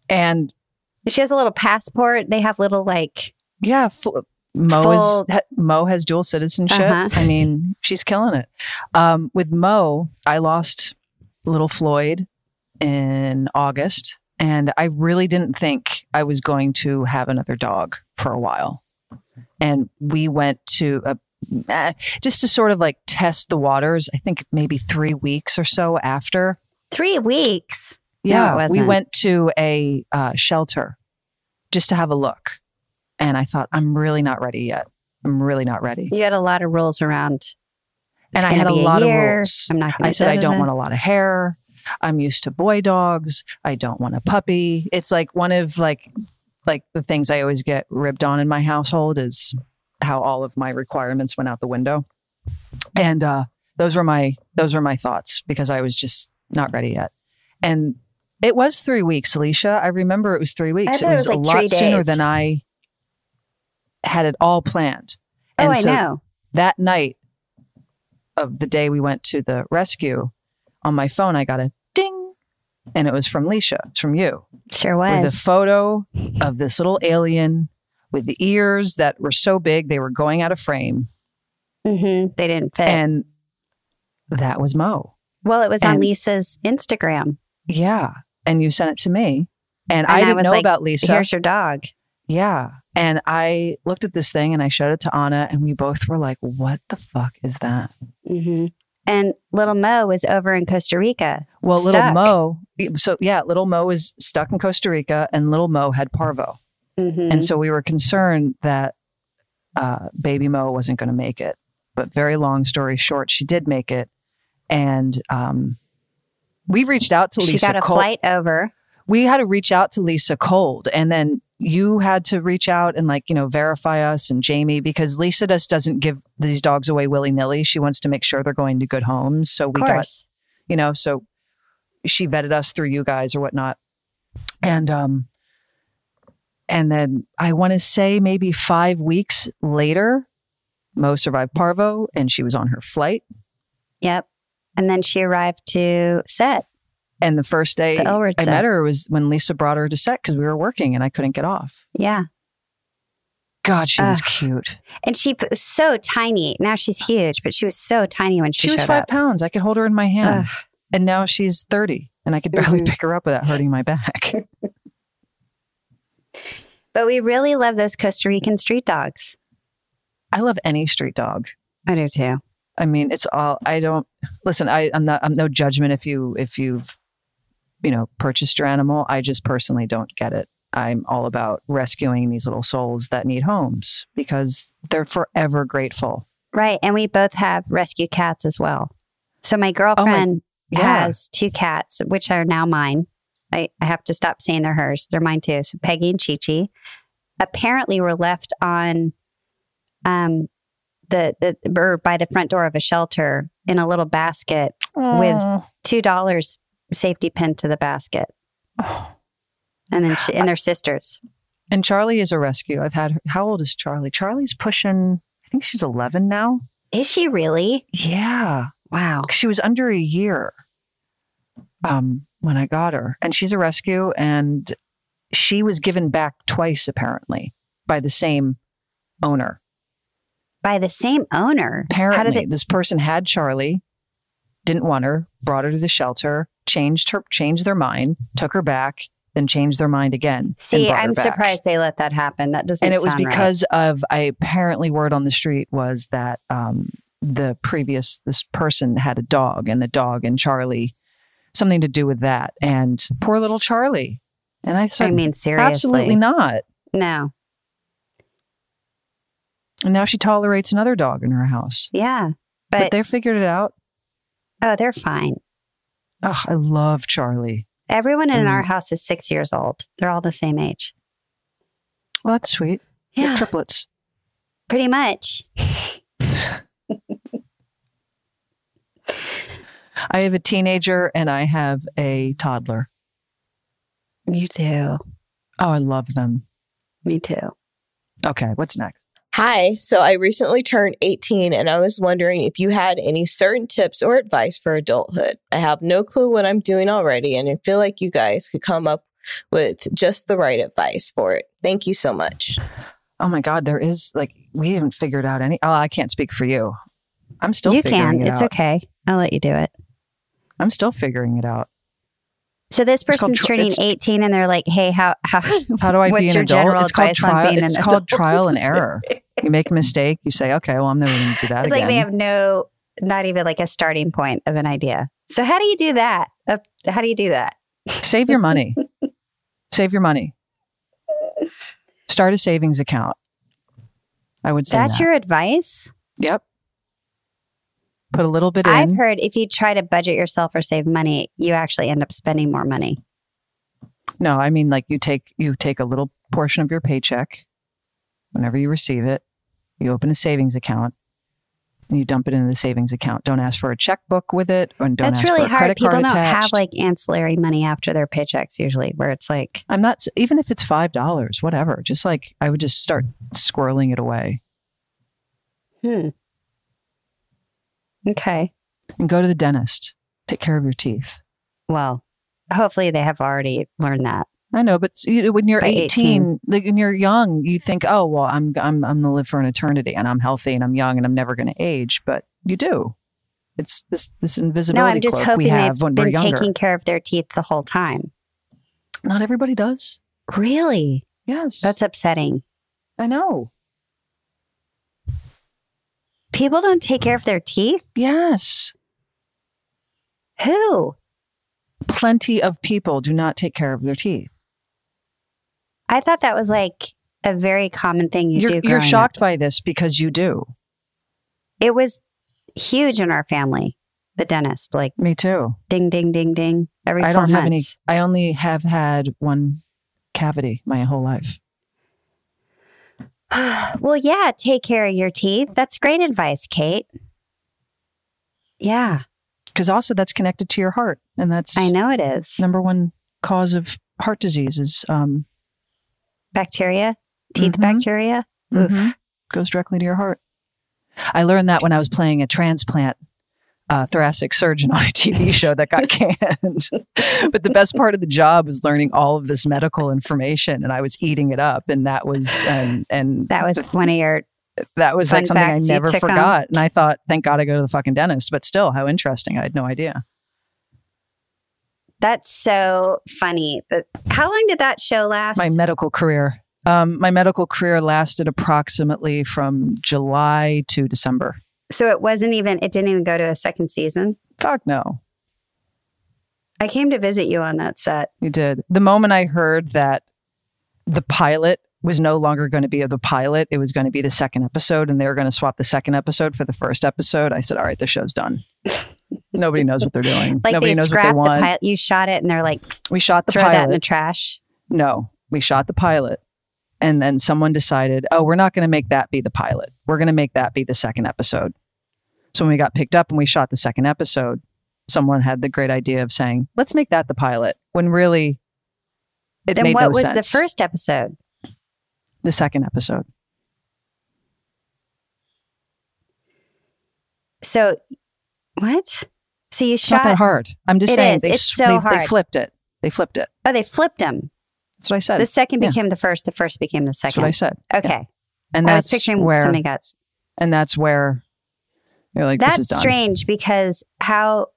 [SPEAKER 1] and
[SPEAKER 2] She has a little passport. They have little like
[SPEAKER 1] yeah, f- Mo
[SPEAKER 2] Full-
[SPEAKER 1] is ha- Mo has dual citizenship.
[SPEAKER 2] Uh-huh.
[SPEAKER 1] I mean, she's killing it. Um, with Mo, I lost little Floyd in August, and I really didn't think I was going to have another dog for a while. And we went to a eh, just to sort of like test the waters. I think maybe three weeks or so after.
[SPEAKER 2] three weeks. No, it
[SPEAKER 1] Yeah, we
[SPEAKER 2] wasn't.
[SPEAKER 1] went to a uh, shelter just to have a look, and I thought I'm really not ready yet. I'm really not ready,
[SPEAKER 2] You had a lot of rules around.
[SPEAKER 1] and I
[SPEAKER 2] gonna
[SPEAKER 1] had a
[SPEAKER 2] be
[SPEAKER 1] lot
[SPEAKER 2] year.
[SPEAKER 1] of rules.
[SPEAKER 2] I'm not. Gonna
[SPEAKER 1] I said I don't want a lot of hair. I'm used to boy dogs. I don't want a puppy. It's like one of like like the things I always get ribbed on in my household is how all of my requirements went out the window, and uh, those were my those were my thoughts because I was just not ready yet, and it was three weeks, Alicia. I remember it was three weeks.
[SPEAKER 2] thought it was
[SPEAKER 1] a
[SPEAKER 2] like three
[SPEAKER 1] lot sooner
[SPEAKER 2] days.
[SPEAKER 1] than I had it all planned,
[SPEAKER 2] Oh,
[SPEAKER 1] and
[SPEAKER 2] I
[SPEAKER 1] so
[SPEAKER 2] know.
[SPEAKER 1] that night of the day we went to the rescue, on my phone I got a ding, and it was from Leisha. It's from you
[SPEAKER 2] Sure
[SPEAKER 1] with a
[SPEAKER 2] was.
[SPEAKER 1] photo of this little alien with the ears that were so big they were going out of frame,
[SPEAKER 2] hmm They didn't fit.
[SPEAKER 1] and that was Mo.
[SPEAKER 2] well, it was on
[SPEAKER 1] and-
[SPEAKER 2] Lisa's Instagram.
[SPEAKER 1] Yeah, and you sent it to me, and,
[SPEAKER 2] I
[SPEAKER 1] I didn't
[SPEAKER 2] was
[SPEAKER 1] know
[SPEAKER 2] like,
[SPEAKER 1] about Lisa.
[SPEAKER 2] Here's your dog.
[SPEAKER 1] Yeah. And I looked at this thing and I showed it to Anna, and we both were like, what the fuck is that?
[SPEAKER 2] hmm And little Mo was over in Costa Rica.
[SPEAKER 1] Well,
[SPEAKER 2] Stuck.
[SPEAKER 1] little Mo, so yeah, little Mo is stuck in Costa Rica, and little Mo had parvo.
[SPEAKER 2] Mm-hmm.
[SPEAKER 1] And so we were concerned that uh, baby Mo wasn't going to make it. But very long story short, she did make it. And um, we reached out to
[SPEAKER 2] she
[SPEAKER 1] Lisa
[SPEAKER 2] got a
[SPEAKER 1] Cole-
[SPEAKER 2] flight over.
[SPEAKER 1] we had to reach out to Lisa Cold and then you had to reach out and like, you know, verify us and Jamie because Lisa just doesn't give these dogs away willy-nilly. She wants to make sure they're going to good homes. So
[SPEAKER 2] Of
[SPEAKER 1] we got,
[SPEAKER 2] course.
[SPEAKER 1] you know, so she vetted us through you guys or whatnot. And um and then I want to say maybe five weeks later, Mo survived Parvo and she was on her flight.
[SPEAKER 2] Yep. And then she arrived to set
[SPEAKER 1] And the first day
[SPEAKER 2] the Elwood
[SPEAKER 1] I
[SPEAKER 2] set.
[SPEAKER 1] met her was when Lisa brought her to set because we were working and I couldn't get off.
[SPEAKER 2] Yeah.
[SPEAKER 1] God, she was
[SPEAKER 2] Ugh.
[SPEAKER 1] cute.
[SPEAKER 2] And she p- was so tiny. Now she's huge, but she was so tiny when she,
[SPEAKER 1] She was
[SPEAKER 2] showed
[SPEAKER 1] five
[SPEAKER 2] up.
[SPEAKER 1] pounds. I could hold her in my hand.
[SPEAKER 2] Ugh.
[SPEAKER 1] And now she's 30, and I could barely
[SPEAKER 2] Mhm.
[SPEAKER 1] pick her up without hurting my back.
[SPEAKER 2] But we really love those Costa Rican street dogs.
[SPEAKER 1] I love any street dog.
[SPEAKER 2] I do too.
[SPEAKER 1] I mean, it's all I don't listen, I, I'm not I'm no judgment if you if you've you know purchased your animal. I just personally don't get it. I'm all about rescuing these little souls that need homes because they're forever grateful.
[SPEAKER 2] Right. And we both have rescue cats as well.
[SPEAKER 1] Oh
[SPEAKER 2] So my girlfriend
[SPEAKER 1] Yeah.
[SPEAKER 2] has two cats, which are now mine. I, I have to stop saying they're hers. They're mine too. So Peggy and Chi Chi apparently were left on um the, the or by the front door of a shelter in a little basket, with-
[SPEAKER 1] Aw.
[SPEAKER 2] two dollars safety pin to the basket. And then she, and their sisters.
[SPEAKER 1] and Charlie is a rescue. I've had her how old is Charlie? Charlie's pushing I think she's 11 now.
[SPEAKER 2] Is she really?
[SPEAKER 1] Yeah.
[SPEAKER 2] Wow.
[SPEAKER 1] she was under a year um, when I got her, and she's a rescue, and she was given back twice apparently by the same owner.
[SPEAKER 2] By the same owner.
[SPEAKER 1] Apparently,
[SPEAKER 2] How did it?
[SPEAKER 1] this person had Charlie, didn't want her, brought her to the shelter, changed her, changed their mind, took her back, then changed their mind again. and
[SPEAKER 2] See,
[SPEAKER 1] brought her
[SPEAKER 2] I'm
[SPEAKER 1] back.
[SPEAKER 2] surprised they let that happen. That doesn't.
[SPEAKER 1] And it was
[SPEAKER 2] sound right.
[SPEAKER 1] because of I apparently word on the street was that um, the previous this person had a dog and the dog and Charlie something to do with that and poor little Charlie. And I said
[SPEAKER 2] I mean, seriously,
[SPEAKER 1] absolutely not.
[SPEAKER 2] No.
[SPEAKER 1] And now she tolerates another dog in her house.
[SPEAKER 2] Yeah.
[SPEAKER 1] But,
[SPEAKER 2] But,
[SPEAKER 1] they figured it out.
[SPEAKER 2] oh, they're fine.
[SPEAKER 1] Oh, I love Charlie.
[SPEAKER 2] Everyone in
[SPEAKER 1] Mm.
[SPEAKER 2] our house is six years old. They're all the same age.
[SPEAKER 1] Well, that's sweet. They're
[SPEAKER 2] Yeah.
[SPEAKER 1] triplets.
[SPEAKER 2] Pretty much.
[SPEAKER 1] I have a teenager and I have a toddler.
[SPEAKER 2] You too.
[SPEAKER 1] Oh, I love them.
[SPEAKER 2] Me too.
[SPEAKER 1] Okay, what's next?
[SPEAKER 5] Hi, so I recently turned 18 and I was wondering if you had any certain tips or advice for adulthood. I have no clue what I'm doing already and I feel like you guys could come up with just the right advice for it. Thank you so much.
[SPEAKER 1] Oh my God, there is like we haven't figured out any. Oh, I can't speak for you. I'm still
[SPEAKER 2] you
[SPEAKER 1] figuring
[SPEAKER 2] can.
[SPEAKER 1] It
[SPEAKER 2] it's
[SPEAKER 1] out.
[SPEAKER 2] okay. I'll let you do it.
[SPEAKER 1] I'm still figuring it out.
[SPEAKER 2] So this
[SPEAKER 1] It's called
[SPEAKER 2] person's
[SPEAKER 1] tri-
[SPEAKER 2] turning
[SPEAKER 1] it's-
[SPEAKER 2] 18 and they're like, hey, how, how,
[SPEAKER 1] How do I
[SPEAKER 2] what's
[SPEAKER 1] be an
[SPEAKER 2] your
[SPEAKER 1] adult?
[SPEAKER 2] general
[SPEAKER 1] It's called
[SPEAKER 2] advice on
[SPEAKER 1] trial.
[SPEAKER 2] being
[SPEAKER 1] It's
[SPEAKER 2] an
[SPEAKER 1] called
[SPEAKER 2] adult?
[SPEAKER 1] trial and error. You make a mistake, you say, "Okay, well, I'm never going to do
[SPEAKER 2] It's
[SPEAKER 1] that again."
[SPEAKER 2] like they have no, not even like a starting point of an idea. So how do you do that? Uh, How do you do that?
[SPEAKER 1] Save your money. Save your money. Start a savings account. I would say
[SPEAKER 2] That's
[SPEAKER 1] that.
[SPEAKER 2] your advice?
[SPEAKER 1] yep. Put a little bit in.
[SPEAKER 2] I've heard if you try to budget yourself or save money, you actually end up spending more money.
[SPEAKER 1] No, I mean like you take you take a little portion of your paycheck whenever you receive it, you open a savings account and you dump it into the savings account. Don't ask for a checkbook with it and don't
[SPEAKER 2] That's
[SPEAKER 1] ask
[SPEAKER 2] really
[SPEAKER 1] for a
[SPEAKER 2] hard.
[SPEAKER 1] credit
[SPEAKER 2] People
[SPEAKER 1] card
[SPEAKER 2] don't
[SPEAKER 1] attached.
[SPEAKER 2] have like ancillary money after their paychecks usually, where it's like,
[SPEAKER 1] I'm not s- even if it's five dollars, whatever. Just like I would just start squirreling it away
[SPEAKER 2] hmm. Okay.
[SPEAKER 1] and go to the dentist. Take care of your teeth.
[SPEAKER 2] Well, hopefully they have already learned that.
[SPEAKER 1] I know, but s- you- when you're
[SPEAKER 2] By
[SPEAKER 1] 18,
[SPEAKER 2] 18.
[SPEAKER 1] like when you're young, you think, oh well, I'm I'm I'm gonna live for an eternity, and I'm healthy, and I'm young, and I'm never gonna age. But you do. It's this this
[SPEAKER 2] No,
[SPEAKER 1] invisibility
[SPEAKER 2] I'm just
[SPEAKER 1] cloak
[SPEAKER 2] hoping
[SPEAKER 1] we have
[SPEAKER 2] they've
[SPEAKER 1] when we're
[SPEAKER 2] been
[SPEAKER 1] younger.
[SPEAKER 2] taking care of their teeth the whole time.
[SPEAKER 1] Not everybody does.
[SPEAKER 2] Really?
[SPEAKER 1] Yes,
[SPEAKER 2] That's upsetting.
[SPEAKER 1] I know.
[SPEAKER 2] People don't take care of their teeth?
[SPEAKER 1] Yes,
[SPEAKER 2] Who?
[SPEAKER 1] plenty of people do not take care of their teeth.
[SPEAKER 2] I thought that was like a very common thing you
[SPEAKER 1] are
[SPEAKER 2] do.
[SPEAKER 1] you're
[SPEAKER 2] growing
[SPEAKER 1] shocked
[SPEAKER 2] up.
[SPEAKER 1] by this because you do.
[SPEAKER 2] It was huge in our family. The dentist, like
[SPEAKER 1] Me too.
[SPEAKER 2] ding, ding, ding, ding. Every
[SPEAKER 1] I
[SPEAKER 2] four
[SPEAKER 1] don't have any.
[SPEAKER 2] months.
[SPEAKER 1] I only have had one cavity my whole life.
[SPEAKER 2] well, yeah, take care of your teeth. That's great advice, Kate. Yeah,
[SPEAKER 1] Because also that's connected to your heart, and that's
[SPEAKER 2] I know it is.
[SPEAKER 1] number one cause of heart disease is um,
[SPEAKER 2] Bacteria, teeth
[SPEAKER 1] Mhm.
[SPEAKER 2] bacteria. Oof.
[SPEAKER 1] goes directly to your heart. I learned that when I was playing a transplant uh, thoracic surgeon on a TV show that got canned. but the best part of the job was learning all of this medical information, and I was eating it up. And that was and and
[SPEAKER 2] That was one of your.
[SPEAKER 1] that was
[SPEAKER 2] fun
[SPEAKER 1] like something I
[SPEAKER 2] facts you
[SPEAKER 1] never
[SPEAKER 2] took on.
[SPEAKER 1] forgot. And I thought, thank God I go to the fucking dentist. But still, how interesting! I had no idea.
[SPEAKER 2] That's so funny. That- How long did that show last?
[SPEAKER 1] My medical career. Um, my medical career lasted approximately from July to December.
[SPEAKER 2] so it wasn't even. It didn't even go to a second season.
[SPEAKER 1] Fuck no.
[SPEAKER 2] I came to visit you on that set.
[SPEAKER 1] You did. The moment I heard that the pilot was no longer going to be the pilot, it was going to be the second episode, and they were going to swap the second episode for the first episode, I said, All right, the show's done. Nobody knows what they're doing.
[SPEAKER 2] Like
[SPEAKER 1] Nobody
[SPEAKER 2] they
[SPEAKER 1] knows what they
[SPEAKER 2] scrapped the
[SPEAKER 1] want.
[SPEAKER 2] pilot. You shot it, and they're like,
[SPEAKER 1] we shot the
[SPEAKER 2] throw that in
[SPEAKER 1] pilot.
[SPEAKER 2] the trash.
[SPEAKER 1] no, we shot the pilot. And then someone decided, Oh, we're not going to make that be the pilot. We're going to make that be the second episode. So when we got picked up and we shot the second episode, someone had the great idea of saying, Let's make that the pilot. When really, it
[SPEAKER 2] Then
[SPEAKER 1] made
[SPEAKER 2] what
[SPEAKER 1] no
[SPEAKER 2] was
[SPEAKER 1] sense.
[SPEAKER 2] the first episode?
[SPEAKER 1] the second episode.
[SPEAKER 2] So, what? So you
[SPEAKER 1] It's not that
[SPEAKER 2] shot?
[SPEAKER 1] hard. I'm just
[SPEAKER 2] It
[SPEAKER 1] saying
[SPEAKER 2] is.
[SPEAKER 1] they,
[SPEAKER 2] It's
[SPEAKER 1] s-
[SPEAKER 2] so
[SPEAKER 1] they, they
[SPEAKER 2] hard.
[SPEAKER 1] flipped it. They flipped it.
[SPEAKER 2] Oh, they flipped them.
[SPEAKER 1] That's what I said.
[SPEAKER 2] The second
[SPEAKER 1] yeah.
[SPEAKER 2] became the first. The first became the
[SPEAKER 1] that's what I
[SPEAKER 2] second.
[SPEAKER 1] said.
[SPEAKER 2] okay,
[SPEAKER 1] And
[SPEAKER 2] I was
[SPEAKER 1] that's
[SPEAKER 2] picturing
[SPEAKER 1] where.
[SPEAKER 2] something else.
[SPEAKER 1] And that's where you're like, this
[SPEAKER 2] That's
[SPEAKER 1] is done.
[SPEAKER 2] strange because how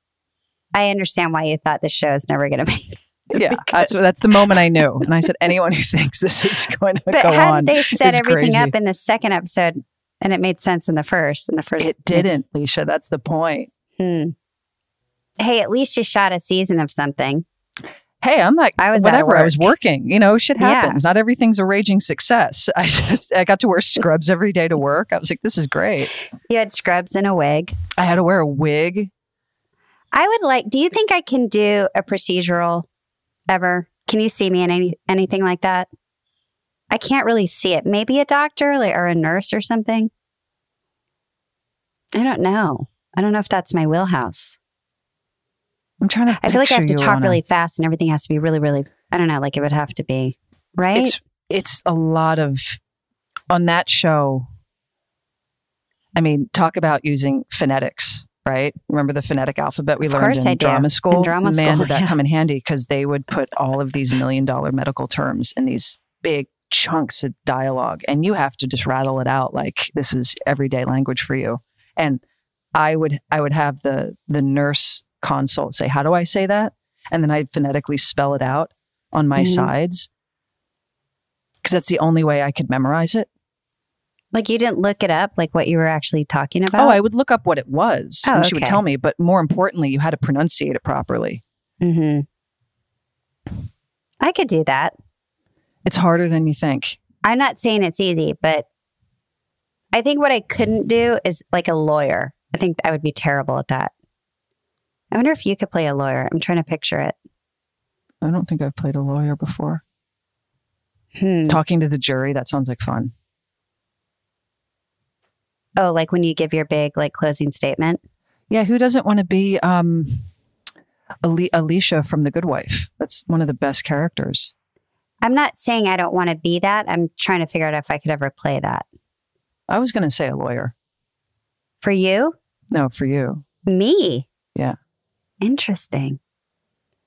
[SPEAKER 2] I understand why you thought the show is never going to be.
[SPEAKER 1] Yeah, that's
[SPEAKER 2] because-
[SPEAKER 1] that's the moment I knew. And I said, anyone who thinks this is going to
[SPEAKER 2] But
[SPEAKER 1] go
[SPEAKER 2] how
[SPEAKER 1] on,
[SPEAKER 2] did they set
[SPEAKER 1] is
[SPEAKER 2] everything
[SPEAKER 1] crazy.
[SPEAKER 2] up in the second episode? And it made sense in the first. And the first
[SPEAKER 1] it didn't, Leisha. That's the point.
[SPEAKER 2] Hmm. Hey, at least you shot a season of something.
[SPEAKER 1] Hey, I'm like,
[SPEAKER 2] I was out of
[SPEAKER 1] whatever. I was
[SPEAKER 2] work.
[SPEAKER 1] working. You know, shit
[SPEAKER 2] Yeah.
[SPEAKER 1] happens. Not everything's a raging success. I just I got to wear scrubs every day to work. I was like, this is great.
[SPEAKER 2] You had scrubs and a wig.
[SPEAKER 1] I had to wear a wig.
[SPEAKER 2] I would like. Do you think I can do a procedural ever? Can you see me in any anything like that? I can't really see it. Maybe a doctor like, or a nurse or something. I don't know. I don't know if that's my wheelhouse.
[SPEAKER 1] I'm trying to.
[SPEAKER 2] I feel like I have to
[SPEAKER 1] picture you
[SPEAKER 2] talk
[SPEAKER 1] on a-
[SPEAKER 2] really fast, and everything has to be really, really. I don't know. Like it would have to be right.
[SPEAKER 1] It's it's a lot of on that show. I mean, talk about using phonetics. right? Remember the phonetic alphabet we learned
[SPEAKER 2] course
[SPEAKER 1] in
[SPEAKER 2] I do.
[SPEAKER 1] drama school?
[SPEAKER 2] In drama
[SPEAKER 1] Man,
[SPEAKER 2] school,
[SPEAKER 1] did that
[SPEAKER 2] yeah.
[SPEAKER 1] come in handy because they would put all of these million dollar medical terms in these big chunks of dialogue, and you have to just rattle it out like this is everyday language for you. And I would I would have the the nurse consult say, "How do I say that?" And then I'd phonetically spell it out on my
[SPEAKER 2] Mhm.
[SPEAKER 1] sides because that's the only way I could memorize it.
[SPEAKER 2] Like you didn't look it up, like what you were actually talking about.
[SPEAKER 1] Oh, I would look up what it was.
[SPEAKER 2] Oh,
[SPEAKER 1] and she would
[SPEAKER 2] okay.
[SPEAKER 1] tell me, but more importantly, you had to pronunciate it properly.
[SPEAKER 2] Mm-hmm. I could do that.
[SPEAKER 1] It's harder than you think.
[SPEAKER 2] I'm not saying it's easy, but I think what I couldn't do is like a lawyer. I think I would be terrible at that. I wonder if you could play a lawyer. I'm trying to picture it.
[SPEAKER 1] I don't think I've played a lawyer before.
[SPEAKER 2] Hmm.
[SPEAKER 1] Talking to the jury, that sounds like fun.
[SPEAKER 2] Oh, like when you give your big like closing statement.
[SPEAKER 1] Yeah, who doesn't want to be um, Ali- Alicia from The Good Wife? That's one of the best characters.
[SPEAKER 2] I'm not saying I don't want to be that. I'm trying to figure out if I could ever play that.
[SPEAKER 1] I was going to say a lawyer.
[SPEAKER 2] For you?
[SPEAKER 1] No, for you.
[SPEAKER 2] Me?
[SPEAKER 1] Yeah.
[SPEAKER 2] Interesting.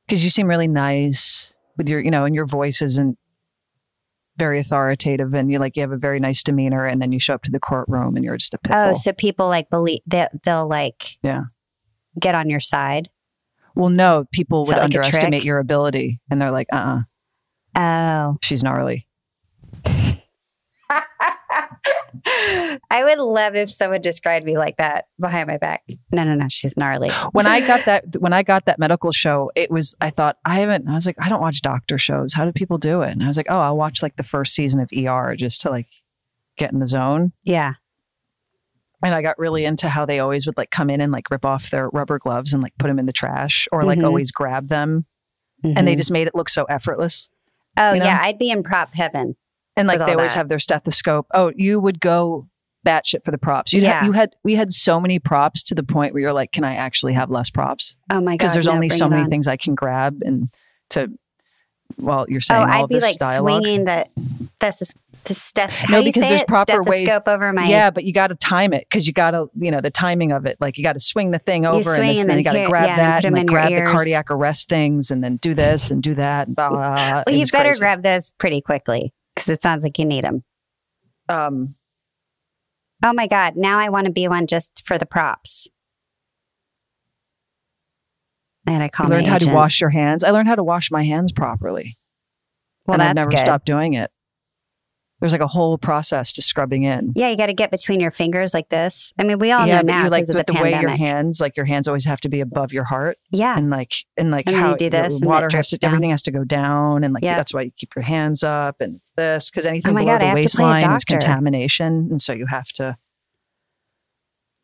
[SPEAKER 1] Because you seem really nice with your, you know, and your voice isn't very authoritative and you like, you have a very nice demeanor and then you show up to the courtroom and you're just a pit
[SPEAKER 2] Oh,
[SPEAKER 1] bull.
[SPEAKER 2] so people like believe that they'll like
[SPEAKER 1] Yeah.
[SPEAKER 2] get on your side.
[SPEAKER 1] Well, no, people
[SPEAKER 2] Is
[SPEAKER 1] would
[SPEAKER 2] that like a
[SPEAKER 1] underestimate
[SPEAKER 2] trick?
[SPEAKER 1] your ability and they're like, uh uh
[SPEAKER 2] Oh,
[SPEAKER 1] she's gnarly.
[SPEAKER 2] I would love if someone described me like that behind my back. No, no, no, she's gnarly.
[SPEAKER 1] When I got that when I got that medical show, it was I thought, I haven't I was like, I don't watch doctor shows. How do people do it? And I was like, Oh, I'll watch like the first season of ER just to like get in the zone.
[SPEAKER 2] yeah,
[SPEAKER 1] And I got really into how they always would like come in and like rip off their rubber gloves and like put them in the trash or like
[SPEAKER 2] Mhm.
[SPEAKER 1] always grab them. And they
[SPEAKER 2] Mhm.
[SPEAKER 1] just made it look so effortless.
[SPEAKER 2] oh
[SPEAKER 1] you know?
[SPEAKER 2] yeah, I'd be in prop heaven.
[SPEAKER 1] and like
[SPEAKER 2] with
[SPEAKER 1] they
[SPEAKER 2] all
[SPEAKER 1] always
[SPEAKER 2] that.
[SPEAKER 1] have their stethoscope. Oh, you would go batshit for the props. You
[SPEAKER 2] Yeah.
[SPEAKER 1] you had we had so many props to the point where you're like, can I actually have less props?
[SPEAKER 2] Oh my god,
[SPEAKER 1] Because there's
[SPEAKER 2] no,
[SPEAKER 1] only
[SPEAKER 2] bring
[SPEAKER 1] so
[SPEAKER 2] it
[SPEAKER 1] many
[SPEAKER 2] on.
[SPEAKER 1] things I can grab and to. Well, you're
[SPEAKER 2] Oh,
[SPEAKER 1] saying all
[SPEAKER 2] I'd
[SPEAKER 1] of
[SPEAKER 2] be
[SPEAKER 1] this
[SPEAKER 2] like
[SPEAKER 1] dialogue.
[SPEAKER 2] swinging the the the steth.
[SPEAKER 1] No,
[SPEAKER 2] How do you
[SPEAKER 1] because
[SPEAKER 2] say
[SPEAKER 1] there's
[SPEAKER 2] it?
[SPEAKER 1] proper ways-
[SPEAKER 2] Stethoscope over my
[SPEAKER 1] yeah, but you got to time it because you got to, you know, the timing of it. Like you got to swing the thing over and,
[SPEAKER 2] swing
[SPEAKER 1] this,
[SPEAKER 2] and
[SPEAKER 1] and then
[SPEAKER 2] then
[SPEAKER 1] you got to
[SPEAKER 2] here-
[SPEAKER 1] grab
[SPEAKER 2] yeah, and
[SPEAKER 1] that
[SPEAKER 2] put
[SPEAKER 1] and
[SPEAKER 2] 'em
[SPEAKER 1] like
[SPEAKER 2] in your
[SPEAKER 1] grab the
[SPEAKER 2] ears.
[SPEAKER 1] cardiac arrest things and then do this and do that. And blah, blah, blah. It
[SPEAKER 2] Well, Oh, you
[SPEAKER 1] was
[SPEAKER 2] better
[SPEAKER 1] crazy.
[SPEAKER 2] grab those pretty quickly because it sounds like you need them.
[SPEAKER 1] Um,
[SPEAKER 2] Oh my god, now I want to be one just for the props. And I
[SPEAKER 1] I
[SPEAKER 2] call. my
[SPEAKER 1] learned how to
[SPEAKER 2] agent.
[SPEAKER 1] wash your hands. I learned how to wash my hands properly.
[SPEAKER 2] Well,
[SPEAKER 1] and
[SPEAKER 2] that's
[SPEAKER 1] I've never
[SPEAKER 2] good.
[SPEAKER 1] stopped doing it. There's like a whole process to scrubbing in.
[SPEAKER 2] Yeah, you got to get between your fingers like this. I mean, we all know
[SPEAKER 1] but
[SPEAKER 2] now
[SPEAKER 1] you like
[SPEAKER 2] because
[SPEAKER 1] with
[SPEAKER 2] of the,
[SPEAKER 1] the, way your
[SPEAKER 2] pandemic.
[SPEAKER 1] hands, like your hands always have to be above your heart,
[SPEAKER 2] yeah,
[SPEAKER 1] and like and like
[SPEAKER 2] And then
[SPEAKER 1] how
[SPEAKER 2] you do
[SPEAKER 1] the
[SPEAKER 2] this and it
[SPEAKER 1] water has
[SPEAKER 2] drips
[SPEAKER 1] to,
[SPEAKER 2] down.
[SPEAKER 1] everything has to go down, and like
[SPEAKER 2] Yeah. Oh
[SPEAKER 1] that's why you keep your hands up and it's this because anything
[SPEAKER 2] my
[SPEAKER 1] below
[SPEAKER 2] God, I
[SPEAKER 1] the
[SPEAKER 2] have to play a
[SPEAKER 1] waistline is
[SPEAKER 2] doctor.
[SPEAKER 1] contamination, and so you have to.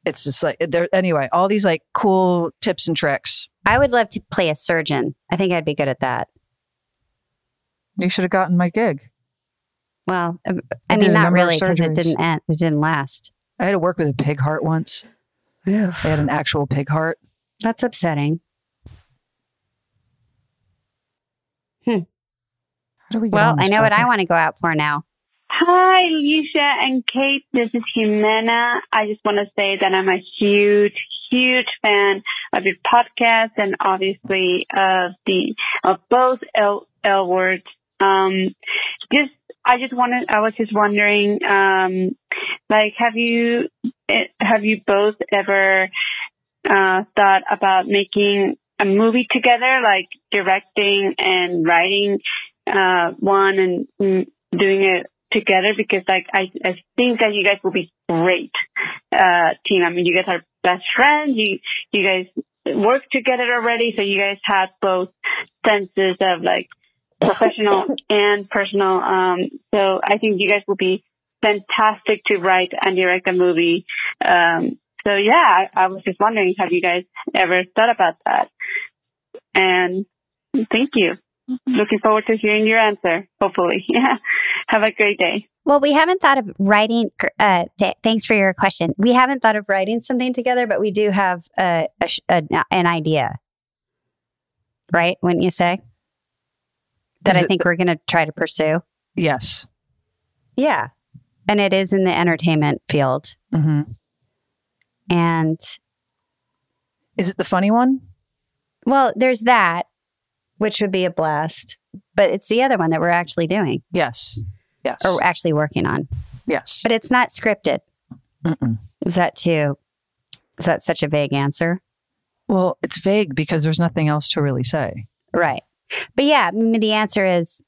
[SPEAKER 1] It's just like there anyway. All these like cool tips and tricks.
[SPEAKER 2] I would love to play a surgeon. I think I'd be good at that.
[SPEAKER 1] You should have gotten my gig.
[SPEAKER 2] Well, I-
[SPEAKER 1] I
[SPEAKER 2] I
[SPEAKER 1] did
[SPEAKER 2] mean,
[SPEAKER 1] a
[SPEAKER 2] not
[SPEAKER 1] number of
[SPEAKER 2] really because it
[SPEAKER 1] surgeries.
[SPEAKER 2] didn't end. It didn't last.
[SPEAKER 1] I had to work with a pig heart once. They had an actual pig heart.
[SPEAKER 2] That's upsetting.
[SPEAKER 1] How do we get
[SPEAKER 2] Well,
[SPEAKER 1] on
[SPEAKER 2] I
[SPEAKER 1] this
[SPEAKER 2] know what
[SPEAKER 1] topic?
[SPEAKER 2] I want to go out for now.
[SPEAKER 6] Hi, Alicia and Kate. This is Jimena. I just want to say that I'm a huge, huge fan of your podcast and obviously of the of both L L words. Um, just I just wanted. I was just wondering, um, like, have you eh, have you both ever uh, thought about making a movie together, like directing and writing uh, one and mm, doing it together because like I, I think that you guys will be great uh team. I mean you guys are best friends, you you guys work together already, so you guys have both senses of like professional and personal. Um so I think you guys will be fantastic to write and direct a movie. Um so yeah, I, I was just wondering have you guys ever thought about that? And thank you. Looking forward to hearing your answer, hopefully. Yeah. Have a great day.
[SPEAKER 2] Well, we haven't thought of writing. Uh, th- thanks for your question. We haven't thought of writing something together, but we do have a, a, sh- a, an idea, right? Wouldn't you say? That
[SPEAKER 1] Is
[SPEAKER 2] I
[SPEAKER 1] it
[SPEAKER 2] think we're going to try to pursue.
[SPEAKER 1] Yes.
[SPEAKER 2] Yeah.
[SPEAKER 1] Mm-hmm.
[SPEAKER 2] And it is in the entertainment field.
[SPEAKER 1] hmm
[SPEAKER 2] And
[SPEAKER 1] Is it the funny one?
[SPEAKER 2] Well, there's that, which would be a blast, but it's the other one that we're actually doing
[SPEAKER 1] Yes. Yes.
[SPEAKER 2] or actually working on.
[SPEAKER 1] yes.
[SPEAKER 2] But it's not scripted.
[SPEAKER 1] Mm-mm.
[SPEAKER 2] Is that too? Is that such a vague answer?
[SPEAKER 1] Well, it's vague because there's nothing else to really say.
[SPEAKER 2] Right. But yeah, I mean, the answer is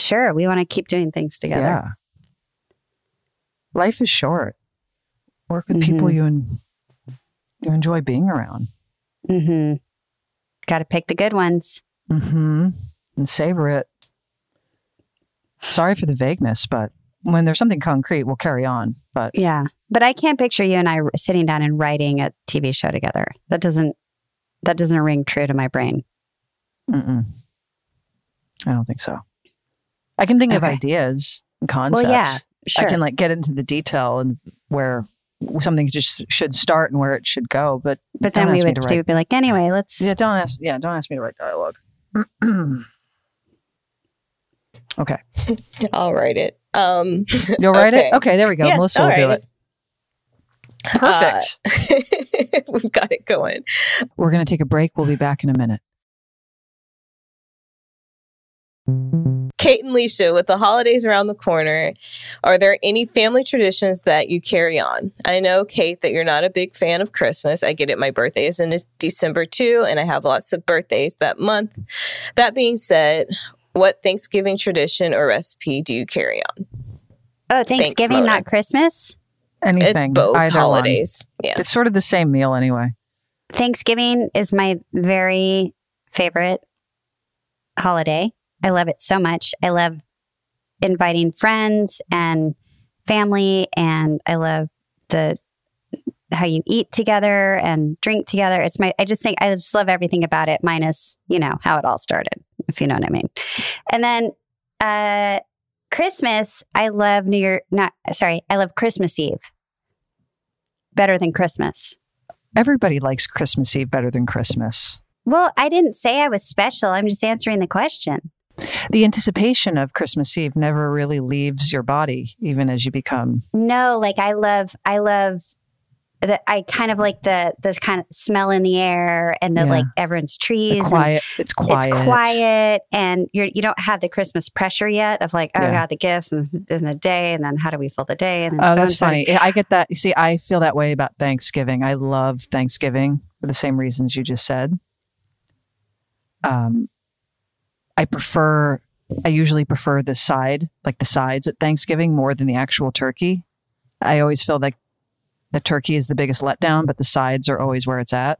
[SPEAKER 2] sure. We want to keep doing things together.
[SPEAKER 1] Yeah. Life is short. Work with people you en- you enjoy being around.
[SPEAKER 2] Mm-hmm. Got to pick the good ones.
[SPEAKER 1] Mm-hmm. And savor it. Sorry for the vagueness, but when there's something concrete, we'll carry on. But
[SPEAKER 2] Yeah. But I can't picture you and I r- sitting down and writing a TV show together. That doesn't that doesn't ring true to my brain.
[SPEAKER 1] mm-mm. I don't think so. I can think of
[SPEAKER 2] Okay.
[SPEAKER 1] ideas and concepts.
[SPEAKER 2] Sure.
[SPEAKER 1] I can like get into the detail and where something just should start and where it should go. But
[SPEAKER 2] but
[SPEAKER 1] don't
[SPEAKER 2] then we
[SPEAKER 1] ask me
[SPEAKER 2] would,
[SPEAKER 1] to
[SPEAKER 2] we
[SPEAKER 1] write.
[SPEAKER 2] would be like, anyway, let's
[SPEAKER 1] yeah, don't ask. Yeah, don't ask me to write dialogue. okay,
[SPEAKER 5] I'll write it. Um,
[SPEAKER 1] you'll write
[SPEAKER 5] Okay.
[SPEAKER 1] it. Okay, there we go.
[SPEAKER 5] Yeah, Uh,
[SPEAKER 1] Melissa
[SPEAKER 5] I'll
[SPEAKER 1] will do
[SPEAKER 5] write
[SPEAKER 1] it. Perfect.
[SPEAKER 5] we've got it going.
[SPEAKER 1] We're gonna take a break. We'll be back in a minute.
[SPEAKER 5] Kate and Leisha, with the holidays around the corner, are there any family traditions that you carry on? I know, Kate, that you're not a big fan of Christmas. I get it. My birthday is in December too, and I have lots of birthdays that month. That being said, what Thanksgiving tradition or recipe do you carry on?
[SPEAKER 2] oh Thanksgiving,
[SPEAKER 5] Mona.
[SPEAKER 2] not Christmas.
[SPEAKER 1] Anything.
[SPEAKER 5] it's both
[SPEAKER 1] either one.
[SPEAKER 5] holidays. Yeah.
[SPEAKER 1] It's sort of the same meal anyway.
[SPEAKER 2] Thanksgiving is my very favorite holiday. I love it so much. I love inviting friends and family, and I love the how you eat together and drink together. It's my I just think I just love everything about it, minus you know how it all started, if you know what I mean. And then uh, Christmas, I love New Year. Not sorry, I love Christmas Eve better than Christmas.
[SPEAKER 1] Everybody likes Christmas Eve better than Christmas.
[SPEAKER 2] Well, I didn't say I was special. I'm just answering the question.
[SPEAKER 1] The anticipation of Christmas Eve never really leaves your body, even as you become.
[SPEAKER 2] No, like I love, I love the, I kind of like the, this kind of smell in the air and the
[SPEAKER 1] Yeah.
[SPEAKER 2] like everyone's trees. and
[SPEAKER 1] Quiet. It's quiet.
[SPEAKER 2] It's quiet and you're, you don't have the Christmas pressure yet of like, oh
[SPEAKER 1] Yeah.
[SPEAKER 2] God, the gifts and, and the day. And then how do we fill the day? And then
[SPEAKER 1] Oh,
[SPEAKER 2] so
[SPEAKER 1] that's
[SPEAKER 2] and so.
[SPEAKER 1] funny. Yeah, I get that. You see, I feel that way about Thanksgiving. I love Thanksgiving for the same reasons you just said. Um, I prefer. I usually prefer the side, like the sides at Thanksgiving, more than the actual turkey. I always feel like the turkey is the biggest letdown, but the sides are always where it's at,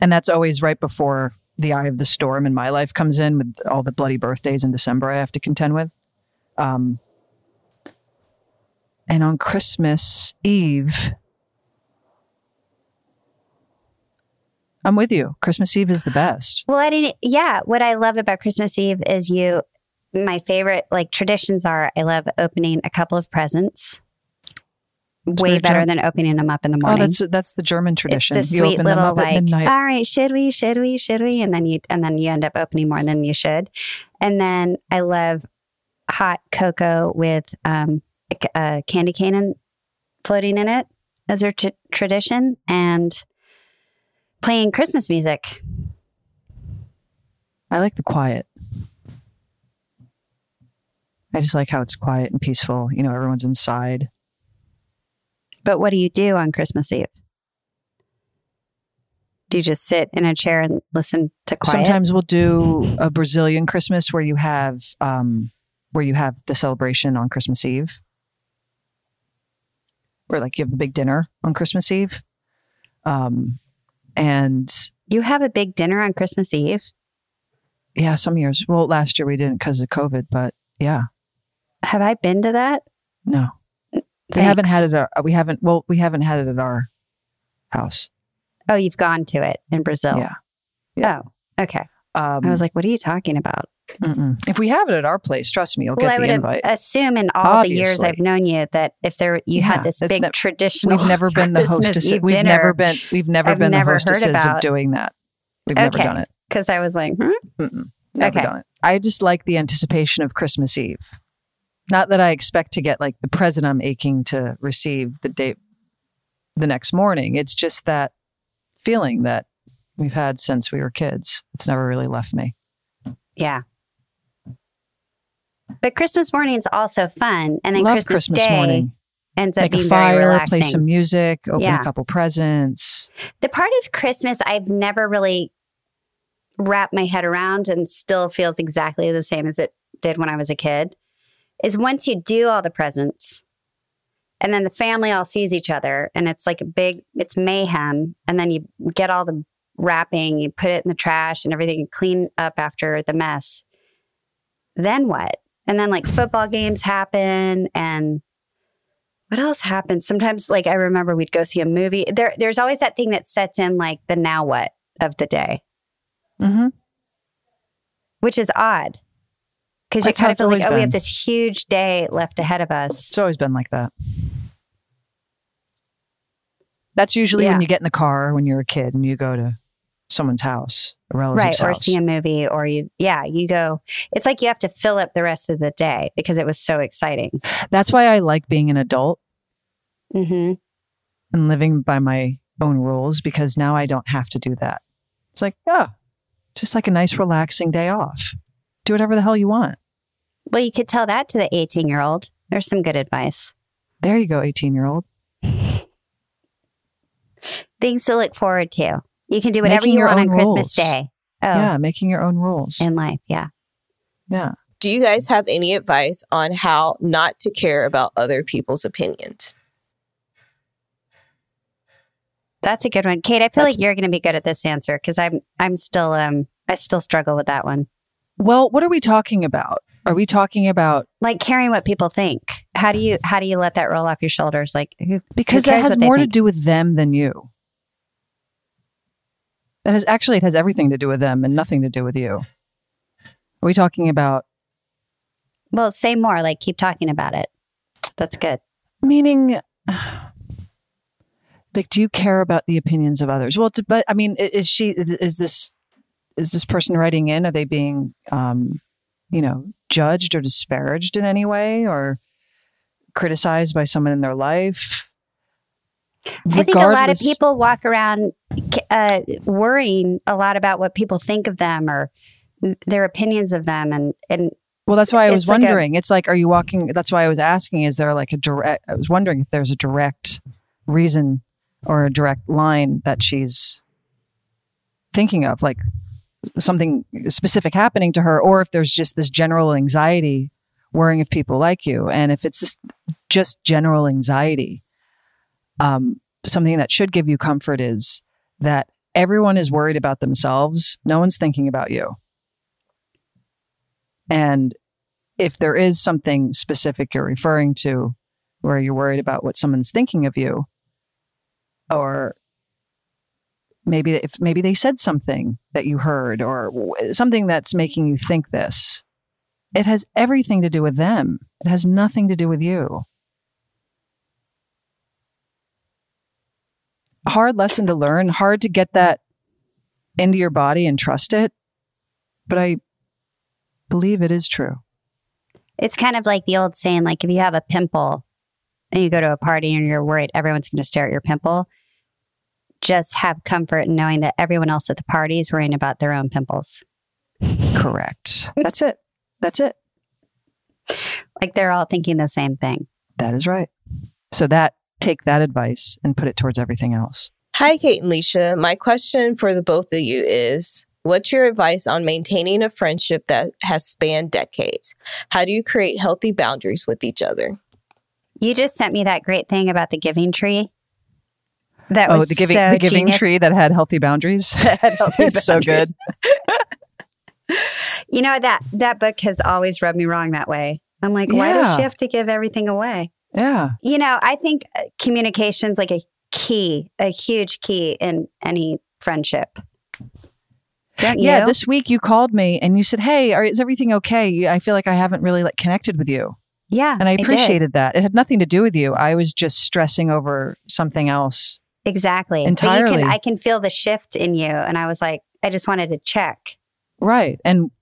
[SPEAKER 1] and that's always right before the eye of the storm in my life comes in with all the bloody birthdays in December I have to contend with. Um, and on Christmas Eve, I'm with you. Christmas Eve is the best.
[SPEAKER 2] Well, I didn't. Yeah, what I love about Christmas Eve is you. My favorite like traditions are I love opening a couple of presents. way
[SPEAKER 1] very
[SPEAKER 2] better
[SPEAKER 1] Germ-
[SPEAKER 2] than opening them up in the morning.
[SPEAKER 1] Oh, that's that's the German tradition.
[SPEAKER 2] It's the
[SPEAKER 1] you
[SPEAKER 2] sweet
[SPEAKER 1] open
[SPEAKER 2] little
[SPEAKER 1] them up
[SPEAKER 2] like, ah.
[SPEAKER 1] at midnight.
[SPEAKER 2] all right, should we, should we, should we? And then you and then you end up opening more than you should. And then I love hot cocoa with um, a c- a candy cane and floating in it as their t- tradition and playing Christmas music.
[SPEAKER 1] I like the quiet. I just like how it's quiet and peaceful. You know, everyone's inside.
[SPEAKER 2] But what do you do on Christmas Eve? Do you just sit in a chair and listen to quiet?
[SPEAKER 1] Sometimes we'll do a Brazilian Christmas where you have um, where you have the celebration on Christmas Eve, where like you have the big dinner on Christmas Eve, um, and
[SPEAKER 2] you have a big dinner on Christmas Eve.
[SPEAKER 1] yeah, some years. Well, last year we didn't because of COVID, but yeah,
[SPEAKER 2] Have I been to that?
[SPEAKER 1] no, they haven't
[SPEAKER 2] Thanks.
[SPEAKER 1] had it. At, our- we haven't. Well, we haven't had it at our house.
[SPEAKER 2] Oh, you've gone to it in Brazil.
[SPEAKER 1] Yeah. Yeah.
[SPEAKER 2] Oh, okay.
[SPEAKER 1] Um,
[SPEAKER 2] I was like, what are you talking about?
[SPEAKER 1] mm-mm. if we have it at our place, trust me, you'll
[SPEAKER 2] well,
[SPEAKER 1] get
[SPEAKER 2] I
[SPEAKER 1] the
[SPEAKER 2] would
[SPEAKER 1] invite.
[SPEAKER 2] assume in all the years
[SPEAKER 1] Obviously.
[SPEAKER 2] I've known you that if there you
[SPEAKER 1] Yeah,
[SPEAKER 2] had this
[SPEAKER 1] it's
[SPEAKER 2] big
[SPEAKER 1] nev-
[SPEAKER 2] traditional,
[SPEAKER 1] We've never been the
[SPEAKER 2] Christmas
[SPEAKER 1] hostess.
[SPEAKER 2] Eve
[SPEAKER 1] We've
[SPEAKER 2] dinner,
[SPEAKER 1] never been. We've never
[SPEAKER 2] I've
[SPEAKER 1] been
[SPEAKER 2] never
[SPEAKER 1] the
[SPEAKER 2] heard
[SPEAKER 1] hostesses of
[SPEAKER 2] about.
[SPEAKER 1] doing that. We've never
[SPEAKER 2] Okay.
[SPEAKER 1] done it.
[SPEAKER 2] because I was like, hmm?
[SPEAKER 1] Mm-mm. Never
[SPEAKER 2] Okay.
[SPEAKER 1] done it. I just like the anticipation of Christmas Eve. Not that I expect to get like the present I'm aching to receive the day the next morning. It's just that feeling that we've had since we were kids. It's never really left me.
[SPEAKER 2] Yeah. But Christmas morning's also fun. And then
[SPEAKER 1] Love
[SPEAKER 2] Christmas, Day
[SPEAKER 1] morning.
[SPEAKER 2] ends up
[SPEAKER 1] Make a
[SPEAKER 2] being very
[SPEAKER 1] fire,
[SPEAKER 2] relaxing.
[SPEAKER 1] play some music, open
[SPEAKER 2] Yeah.
[SPEAKER 1] a couple presents.
[SPEAKER 2] the part of Christmas I've never really wrapped my head around and still feels exactly the same as it did when I was a kid is once you do all the presents and then the family all sees each other and it's like a big it's mayhem and then you get all the wrapping you put it in the trash and everything clean up after the mess then what and then like football games happen and what else happens? Sometimes, like I remember, we'd go see a movie. There, there's always that thing that sets in, like the now what of the day,
[SPEAKER 1] Mm-hmm.
[SPEAKER 2] which is odd because you
[SPEAKER 1] That's how
[SPEAKER 2] kind of
[SPEAKER 1] it's
[SPEAKER 2] feel like,
[SPEAKER 1] always
[SPEAKER 2] oh, we
[SPEAKER 1] been.
[SPEAKER 2] have this huge day left ahead of us.
[SPEAKER 1] It's always been like that. That's usually
[SPEAKER 2] Yeah.
[SPEAKER 1] when you get in the car when you're a kid and you go to someone's house, a relative's
[SPEAKER 2] Right, or
[SPEAKER 1] house.
[SPEAKER 2] see a movie, or you, yeah, you go. It's like you have to fill up the rest of the day because it was so exciting.
[SPEAKER 1] That's why I like being an adult Mm-hmm.
[SPEAKER 2] hmm
[SPEAKER 1] and living by my own rules because now I don't have to do that. It's like, oh, it's just like a nice relaxing day off. Do whatever the hell you want.
[SPEAKER 2] Well, you could tell that to the 18 year old. There's some good advice,
[SPEAKER 1] There you go, 18 year old.
[SPEAKER 2] things to look forward to. You can do whatever
[SPEAKER 1] Making
[SPEAKER 2] you
[SPEAKER 1] your
[SPEAKER 2] want on
[SPEAKER 1] own
[SPEAKER 2] Christmas
[SPEAKER 1] rules.
[SPEAKER 2] Day. Oh,
[SPEAKER 1] Yeah, making your own rules.
[SPEAKER 2] in life, yeah.
[SPEAKER 1] yeah.
[SPEAKER 5] Do you guys have any advice on how not to care about other people's opinions?
[SPEAKER 2] That's a good one, Kate. I feel
[SPEAKER 5] That's-
[SPEAKER 2] like you're going to be good at this answer because I'm I'm still um I still struggle with that one.
[SPEAKER 1] Well, what are we talking about? Are we talking about
[SPEAKER 2] Like caring what people think. How do you how do you let that roll off your shoulders? Like who,
[SPEAKER 1] because that
[SPEAKER 2] cares
[SPEAKER 1] has
[SPEAKER 2] what they
[SPEAKER 1] more to
[SPEAKER 2] think?
[SPEAKER 1] do with them than you? That has actually it has everything to do with them and nothing to do with you. Are we talking about
[SPEAKER 2] well, say more. Like keep talking about it. That's good.
[SPEAKER 1] meaning like do you care about the opinions of others well to, but i mean i- is she is, is this is this person writing in are they being um you know judged or disparaged in any way or criticized by someone in their life
[SPEAKER 2] I think a lot of
[SPEAKER 1] Regardless-
[SPEAKER 2] people walk around uh, worrying a lot about what people think of them or mm, their opinions of them, and and
[SPEAKER 1] well that's why i was
[SPEAKER 2] it's like a-
[SPEAKER 1] wondering it's like are you walking that's why i was asking is there like a direct i was wondering if there's a direct reason or a direct line that she's thinking of like something specific happening to her or if there's just this general anxiety worrying if people like you and if it's just, just general anxiety um, something that should give you comfort is that everyone is worried about themselves no one's thinking about you and if there is something specific you're referring to where you're worried about what someone's thinking of you or maybe if maybe they said something that you heard or w- something that's making you think this it has everything to do with them it has nothing to do with you hard lesson to learn hard to get that into your body and trust it but i believe it is true
[SPEAKER 2] it's kind of like the old saying, like if you have a pimple and you go to a party and you're worried everyone's going to stare at your pimple, just have comfort in knowing that everyone else at the party is worrying about their own pimples.
[SPEAKER 1] correct that's it that's it
[SPEAKER 2] Like they're all thinking the same thing.
[SPEAKER 1] That is right. So that take that advice and put it towards everything else.
[SPEAKER 5] Hi, Kate and Leisha. My question for the both of you is What's your advice on maintaining a friendship that has spanned decades? How do you create healthy boundaries with each other?
[SPEAKER 2] You just sent me that great thing about the giving tree. That
[SPEAKER 1] oh,
[SPEAKER 2] was
[SPEAKER 1] the giving
[SPEAKER 2] so
[SPEAKER 1] the giving
[SPEAKER 2] genius.
[SPEAKER 1] tree that had healthy boundaries.
[SPEAKER 2] healthy
[SPEAKER 1] it's so good.
[SPEAKER 2] boundaries. You know that that book has always rubbed me wrong that way. I'm like, why does
[SPEAKER 1] Yeah.
[SPEAKER 2] she have to give everything away?
[SPEAKER 1] Yeah.
[SPEAKER 2] you know i think uh, communication's like a key a huge key in any friendship don't you
[SPEAKER 1] Yeah. This week you called me and you said, "Hey, are, is everything okay? You- I feel like I haven't really like connected with you,"
[SPEAKER 2] yeah
[SPEAKER 1] and Ah, I
[SPEAKER 2] did.
[SPEAKER 1] appreciated that. It had nothing to do with you. I was just stressing over something else.
[SPEAKER 2] exactly But you
[SPEAKER 1] Entirely.
[SPEAKER 2] can, i can feel the shift in you and i was like i just wanted to check
[SPEAKER 1] Right. And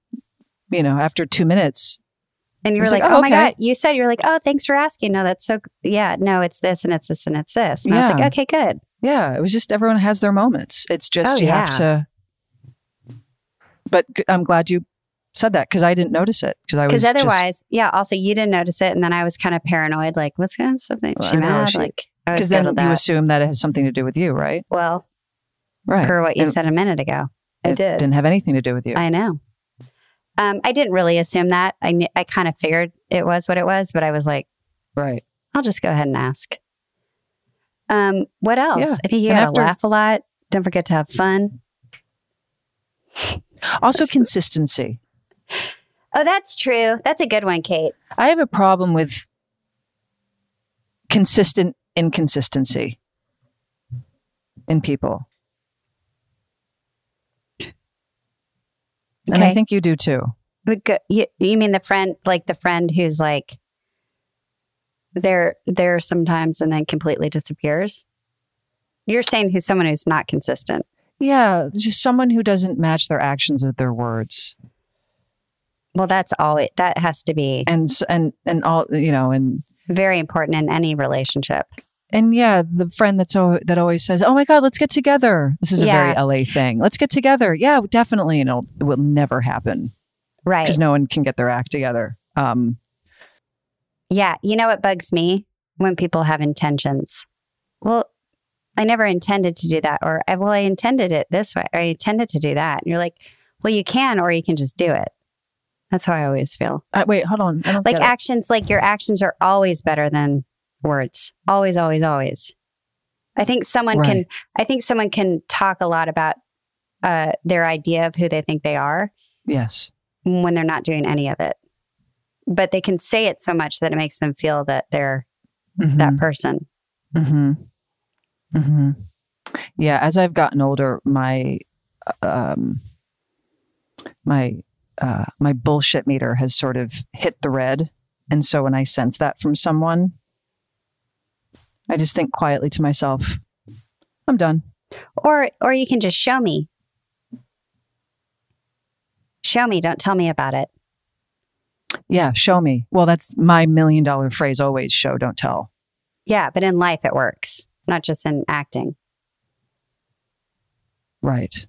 [SPEAKER 1] you know, after two minutes,
[SPEAKER 2] and you
[SPEAKER 1] I
[SPEAKER 2] were
[SPEAKER 1] was
[SPEAKER 2] like,
[SPEAKER 1] like,
[SPEAKER 2] oh,
[SPEAKER 1] "Oh,
[SPEAKER 2] my
[SPEAKER 1] okay."
[SPEAKER 2] god you said you're like oh thanks for asking no that's so yeah no it's this and it's this and it's this and i was like
[SPEAKER 1] Yeah.
[SPEAKER 2] okay good
[SPEAKER 1] Yeah, it was just everyone has their moments. It's just
[SPEAKER 2] Oh,
[SPEAKER 1] you
[SPEAKER 2] yeah.
[SPEAKER 1] have to. But g- I'm glad you said that because I didn't notice it because I was
[SPEAKER 2] Because
[SPEAKER 1] just-
[SPEAKER 2] otherwise, yeah. Also, you didn't notice it, and then I was kind of paranoid. Like, what's going on? Something?
[SPEAKER 1] Well,
[SPEAKER 2] she
[SPEAKER 1] I know,
[SPEAKER 2] mad?
[SPEAKER 1] she-
[SPEAKER 2] like, I was
[SPEAKER 1] because then
[SPEAKER 2] then that.
[SPEAKER 1] you assume that it has something to do with you, right?
[SPEAKER 2] well,
[SPEAKER 1] Right.
[SPEAKER 2] per what you
[SPEAKER 1] And
[SPEAKER 2] said a minute ago, I
[SPEAKER 1] it
[SPEAKER 2] did.
[SPEAKER 1] Didn't have anything to do with you.
[SPEAKER 2] I know. Um, I didn't really assume that. I kn- I kind of figured it was what it was, but I was like,
[SPEAKER 1] right.
[SPEAKER 2] I'll just go ahead and ask. Um, what else?
[SPEAKER 1] Yeah.
[SPEAKER 2] I think you
[SPEAKER 1] And
[SPEAKER 2] gotta
[SPEAKER 1] after-
[SPEAKER 2] laugh a lot. Don't forget to have fun.
[SPEAKER 1] Also, consistency.
[SPEAKER 2] Oh, that's true. That's a good one, Kate.
[SPEAKER 1] I have a problem with consistent inconsistency in people. And I
[SPEAKER 2] Okay.
[SPEAKER 1] think you do too.
[SPEAKER 2] The go- you, you mean the friend, like the friend who's like there, there sometimes and then completely disappears. You're saying who's someone who's not consistent.
[SPEAKER 1] Yeah, just someone who doesn't match their actions with their words,
[SPEAKER 2] Well, that's always that has to be
[SPEAKER 1] and s- and and all you know, and
[SPEAKER 2] very important in any relationship.
[SPEAKER 1] and yeah, the friend that's al- that always says, "Oh my God, let's get together." This is
[SPEAKER 2] Yeah.
[SPEAKER 1] a very LA thing. Let's get together. Yeah, definitely, and it'll, it will never happen
[SPEAKER 2] Right.
[SPEAKER 1] because no one can get their act together. Um,
[SPEAKER 2] Yeah. You know what bugs me? When people have intentions. Well, I never intended to do that. Or, I- well, I intended it this way. Or I intended to do that. And you're like, well, you can, or you can just do it. That's how I always feel.
[SPEAKER 1] uh, wait, hold on. I don't
[SPEAKER 2] Like
[SPEAKER 1] get it.
[SPEAKER 2] actions, like your actions are always better than words. Always, always, always. I think someone can,
[SPEAKER 1] Right.
[SPEAKER 2] I think someone can talk a lot about uh, their idea of who they think they are
[SPEAKER 1] yes.
[SPEAKER 2] when they're not doing any of it. But they can say it so much that it makes them feel that they're
[SPEAKER 1] Mm-hmm. Mm.
[SPEAKER 2] that person.
[SPEAKER 1] hmm hmm Yeah, as I've gotten older, my um, my uh, my bullshit meter has sort of hit the red, and so when I sense that from someone, I just think quietly to myself, "I'm done."
[SPEAKER 2] Or or you can just show me. Show me, don't tell me about it.
[SPEAKER 1] Yeah, show me. Well, that's my million dollar phrase always: show, don't tell.
[SPEAKER 2] Yeah, but in life it works, not just in acting.
[SPEAKER 1] Right?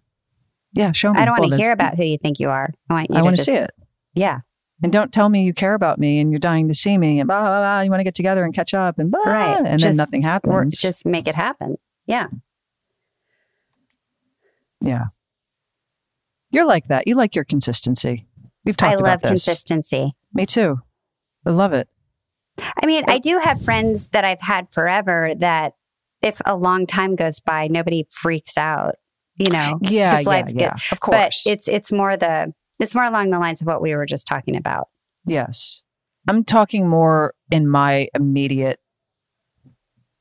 [SPEAKER 1] Yeah, show me.
[SPEAKER 2] I don't want
[SPEAKER 1] Oh, Well,
[SPEAKER 2] to
[SPEAKER 1] that's-
[SPEAKER 2] hear about who you think you are. I want you
[SPEAKER 1] I
[SPEAKER 2] to
[SPEAKER 1] want to
[SPEAKER 2] just,
[SPEAKER 1] see it.
[SPEAKER 2] Yeah,
[SPEAKER 1] and don't tell me you care about me and you're dying to see me and blah blah blah. You want to get together and catch up and blah,
[SPEAKER 2] Right.
[SPEAKER 1] and
[SPEAKER 2] Just
[SPEAKER 1] then nothing happens.
[SPEAKER 2] or just make it happen. Yeah.
[SPEAKER 1] yeah, you're like that. You like your consistency. We've talked
[SPEAKER 2] I
[SPEAKER 1] about
[SPEAKER 2] love
[SPEAKER 1] this.
[SPEAKER 2] consistency.
[SPEAKER 1] Me too. I love it.
[SPEAKER 2] I mean, I do have friends that I've had forever that if a long time goes by, nobody freaks out, you know.
[SPEAKER 1] Yeah,
[SPEAKER 2] 'cause life get-
[SPEAKER 1] Of
[SPEAKER 2] but
[SPEAKER 1] course.
[SPEAKER 2] it's it's more the it's more along the lines of what we were just talking about.
[SPEAKER 1] yes, I'm talking more in my immediate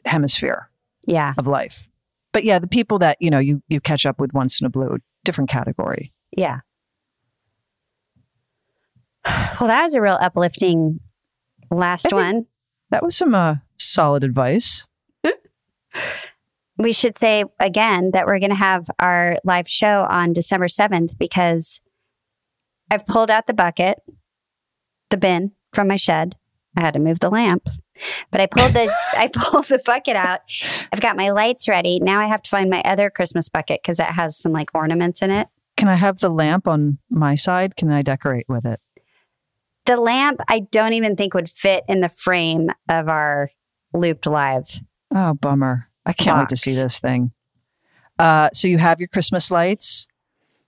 [SPEAKER 1] hemisphere
[SPEAKER 2] Yeah,
[SPEAKER 1] of life. But yeah, the people that you know you you catch up with once in a blue, different category.
[SPEAKER 2] yeah. Well, that was a real uplifting last
[SPEAKER 1] think-
[SPEAKER 2] one.
[SPEAKER 1] That was some uh, solid advice.
[SPEAKER 2] We should say again that we're going to have our live show on December 7th because I've pulled out the bucket, the bin from my shed. I had to move the lamp, but I pulled the I pulled the bucket out. I've got my lights ready. Now I have to find my other Christmas bucket because it has some like ornaments in it.
[SPEAKER 1] Can I have the lamp on my side? Can I decorate with it?
[SPEAKER 2] the lamp I don't even think would fit in the frame of our looped live.
[SPEAKER 1] Oh, bummer. I can't wait to see
[SPEAKER 2] Box.
[SPEAKER 1] this thing. Uh, so you have your Christmas lights.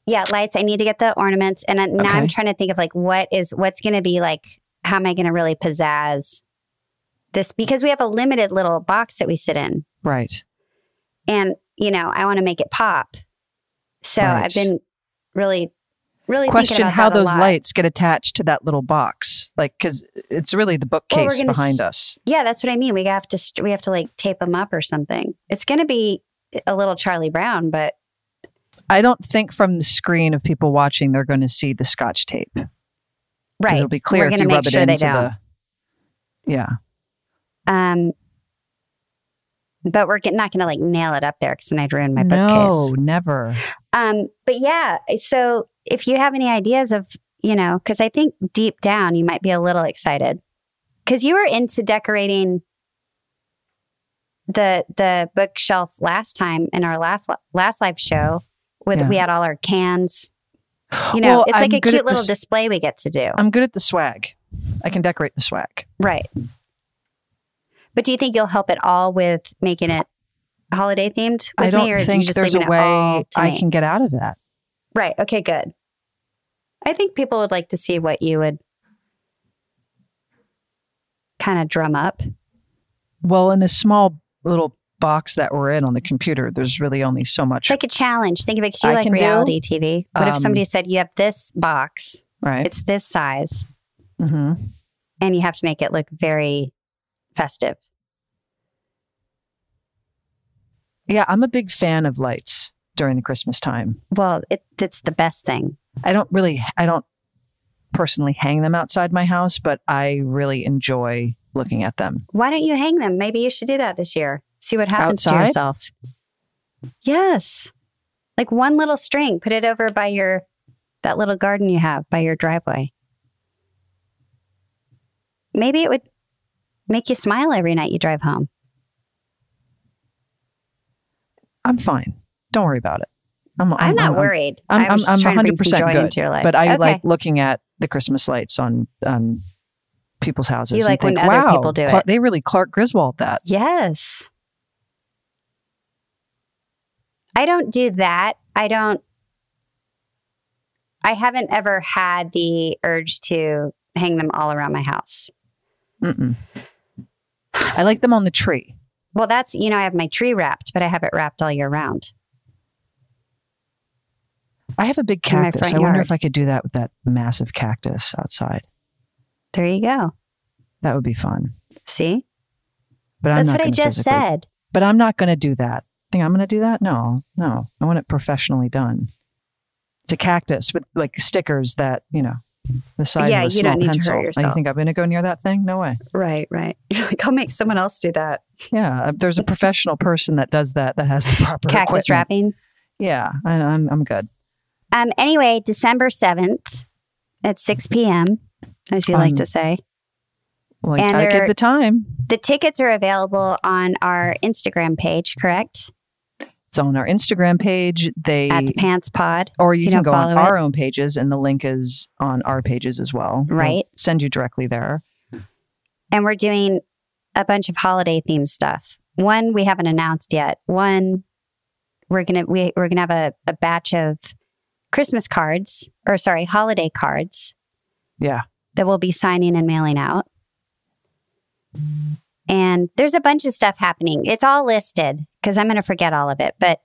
[SPEAKER 2] Yeah, lights. I need to get the ornaments, and I, now I'm
[SPEAKER 1] Okay.
[SPEAKER 2] trying to think of like what is what's going to be like. How am I going to really pizzazz this? Because we have a limited little box that we sit in,
[SPEAKER 1] Right.
[SPEAKER 2] and you know I want to make it pop. So
[SPEAKER 1] Right.
[SPEAKER 2] I've been really, really thinking
[SPEAKER 1] Question
[SPEAKER 2] about
[SPEAKER 1] how
[SPEAKER 2] that a
[SPEAKER 1] those
[SPEAKER 2] lot.
[SPEAKER 1] lights get attached to that little box. Like, because it's really the
[SPEAKER 2] Well, we're
[SPEAKER 1] bookcase
[SPEAKER 2] gonna
[SPEAKER 1] behind
[SPEAKER 2] s-
[SPEAKER 1] us.
[SPEAKER 2] Yeah, that's what I mean. We have to st- we have to like tape them up or something. It's going to be a little Charlie Brown, but
[SPEAKER 1] I don't think from the screen of people watching, they're going to see the scotch tape. 'Cause
[SPEAKER 2] right.
[SPEAKER 1] It'll be clear
[SPEAKER 2] We're
[SPEAKER 1] if
[SPEAKER 2] gonna
[SPEAKER 1] you
[SPEAKER 2] make
[SPEAKER 1] rub
[SPEAKER 2] sure
[SPEAKER 1] it
[SPEAKER 2] they
[SPEAKER 1] into
[SPEAKER 2] don't.
[SPEAKER 1] the. Yeah.
[SPEAKER 2] Um, but we're get, not going to like nail it up there because then I'd ruin my
[SPEAKER 1] no,
[SPEAKER 2] bookcase.
[SPEAKER 1] never.
[SPEAKER 2] Um, but yeah, so if you have any ideas of, you know, because I think deep down you might be a little excited because you were into decorating the the bookshelf last time in our last last live show with
[SPEAKER 1] Yeah.
[SPEAKER 2] we had all our cans. You know,
[SPEAKER 1] Well,
[SPEAKER 2] it's like
[SPEAKER 1] I'm
[SPEAKER 2] a
[SPEAKER 1] good at
[SPEAKER 2] cute little
[SPEAKER 1] this-
[SPEAKER 2] display we get to do.
[SPEAKER 1] I'm good at the swag. I can decorate the swag.
[SPEAKER 2] right. But do you think you'll help at all with making it holiday themed with
[SPEAKER 1] I don't
[SPEAKER 2] me or
[SPEAKER 1] think
[SPEAKER 2] you just
[SPEAKER 1] there's a
[SPEAKER 2] leaving it all
[SPEAKER 1] way
[SPEAKER 2] to
[SPEAKER 1] I
[SPEAKER 2] me?
[SPEAKER 1] can get out of that.
[SPEAKER 2] Right. Okay, good. I think people would like to see what you would kind of drum up.
[SPEAKER 1] Well, in a small little box that we're in on the computer, there's really only so much.
[SPEAKER 2] It's like a challenge. Think of it 'cause you
[SPEAKER 1] I
[SPEAKER 2] like
[SPEAKER 1] can do,
[SPEAKER 2] reality TV. What if
[SPEAKER 1] um,
[SPEAKER 2] somebody said you have this box,
[SPEAKER 1] right.
[SPEAKER 2] it's this size,
[SPEAKER 1] hmm
[SPEAKER 2] and you have to make it look very festive?
[SPEAKER 1] Yeah, I'm a big fan of lights during the Christmas time.
[SPEAKER 2] Well, it, it's the best thing.
[SPEAKER 1] I don't really, I don't personally hang them outside my house, but I really enjoy looking at them.
[SPEAKER 2] Why don't you hang them? Maybe you should do that this year. See what happens to
[SPEAKER 1] Outside?
[SPEAKER 2] yourself. Yes. Like one little string, put it over by your that little garden you have by your driveway. Maybe it would make you smile every night you drive home.
[SPEAKER 1] I'm fine. Don't worry about it. I'm,
[SPEAKER 2] I'm, not worried.
[SPEAKER 1] I'm,
[SPEAKER 2] I
[SPEAKER 1] I'm,
[SPEAKER 2] was
[SPEAKER 1] I'm
[SPEAKER 2] just trying to bring
[SPEAKER 1] 100%
[SPEAKER 2] some joy
[SPEAKER 1] good,
[SPEAKER 2] into your life.
[SPEAKER 1] But I
[SPEAKER 2] Okay.
[SPEAKER 1] like looking at the Christmas lights on on people's houses.
[SPEAKER 2] You
[SPEAKER 1] and
[SPEAKER 2] like when
[SPEAKER 1] think,
[SPEAKER 2] other
[SPEAKER 1] wow,
[SPEAKER 2] people do
[SPEAKER 1] Clark-
[SPEAKER 2] it.
[SPEAKER 1] They really Clark Griswold that.
[SPEAKER 2] Yes. I don't do that. I don't. I haven't ever had the urge to hang them all around my house.
[SPEAKER 1] Mm-mm. I like them on the tree.
[SPEAKER 2] Well, that's, you know, I have my tree wrapped, but I have it wrapped all year round.
[SPEAKER 1] I have a big
[SPEAKER 2] In my
[SPEAKER 1] cactus.
[SPEAKER 2] front
[SPEAKER 1] I wonder
[SPEAKER 2] yard.
[SPEAKER 1] if I could do that with that massive cactus outside.
[SPEAKER 2] There you go.
[SPEAKER 1] That would be fun.
[SPEAKER 2] See?
[SPEAKER 1] But I'm
[SPEAKER 2] That's
[SPEAKER 1] not
[SPEAKER 2] what I
[SPEAKER 1] gonna
[SPEAKER 2] just
[SPEAKER 1] physically-
[SPEAKER 2] said.
[SPEAKER 1] But I'm not going to do that. Think I'm going to do that? No, no. I want it professionally done. It's a cactus with like stickers that you know the size
[SPEAKER 2] Yeah,
[SPEAKER 1] of a
[SPEAKER 2] you
[SPEAKER 1] small
[SPEAKER 2] don't need to hurt
[SPEAKER 1] pencil. I
[SPEAKER 2] yourself.
[SPEAKER 1] think I'm going to go near that thing. No way.
[SPEAKER 2] Right, right. You're like, I'll make someone else do that.
[SPEAKER 1] Yeah, uh, there's a professional person that does that that has the proper
[SPEAKER 2] Cactus
[SPEAKER 1] equipment.
[SPEAKER 2] wrapping.
[SPEAKER 1] Yeah, I, I'm I'm good.
[SPEAKER 2] Um, anyway, December 7th at 6 p.m., as you like
[SPEAKER 1] Um,
[SPEAKER 2] to say.
[SPEAKER 1] Well, you
[SPEAKER 2] And
[SPEAKER 1] gotta
[SPEAKER 2] there-
[SPEAKER 1] give the time.
[SPEAKER 2] The tickets are available on our Instagram page, correct?
[SPEAKER 1] It's on our Instagram page. They
[SPEAKER 2] At the Pants Pod.
[SPEAKER 1] or you,
[SPEAKER 2] you
[SPEAKER 1] can
[SPEAKER 2] don't
[SPEAKER 1] go on
[SPEAKER 2] follow
[SPEAKER 1] our own pages, and the link is on our pages as well. They'll
[SPEAKER 2] Right.
[SPEAKER 1] send you directly there.
[SPEAKER 2] And we're doing a bunch of holiday themed stuff. One we haven't announced yet. One we're gonna we, we're gonna have a, a batch of Christmas cards or sorry, holiday cards
[SPEAKER 1] Yeah,
[SPEAKER 2] that we'll be signing and mailing out. And there's a bunch of stuff happening. It's all listed because I'm gonna forget all of it. But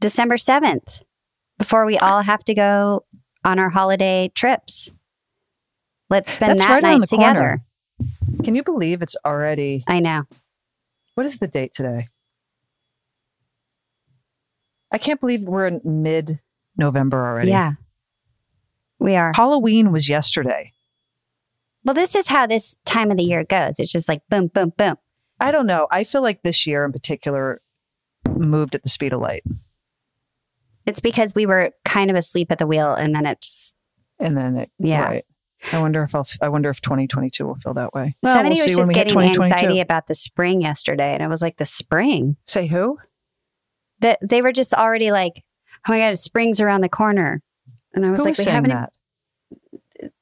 [SPEAKER 2] December 7th, before we all have to go on our holiday trips. Let's spend
[SPEAKER 1] That's
[SPEAKER 2] that
[SPEAKER 1] right around
[SPEAKER 2] night
[SPEAKER 1] the corner.
[SPEAKER 2] together.
[SPEAKER 1] can you believe it's already?
[SPEAKER 2] I know.
[SPEAKER 1] What is the date today? I can't believe we're in mid November already.
[SPEAKER 2] Yeah. We are.
[SPEAKER 1] Halloween was yesterday.
[SPEAKER 2] Well, this is how this time of the year goes. It's just like boom, boom, boom.
[SPEAKER 1] I don't know. I feel like this year in particular moved at the speed of light.
[SPEAKER 2] It's because we were kind of asleep at the wheel and then it's
[SPEAKER 1] and then it
[SPEAKER 2] Yeah.
[SPEAKER 1] right. I wonder if I'll, I wonder if 2022 will feel that way. Well,
[SPEAKER 2] somebody
[SPEAKER 1] we'll see
[SPEAKER 2] was
[SPEAKER 1] when
[SPEAKER 2] just
[SPEAKER 1] we hit
[SPEAKER 2] getting
[SPEAKER 1] 2022.
[SPEAKER 2] anxiety about the spring yesterday. And I was like, the spring?
[SPEAKER 1] Say who?
[SPEAKER 2] That they were just already like, oh my God, spring's around the corner. And I was
[SPEAKER 1] Who
[SPEAKER 2] like,
[SPEAKER 1] was
[SPEAKER 2] we
[SPEAKER 1] saying
[SPEAKER 2] haven't.
[SPEAKER 1] that?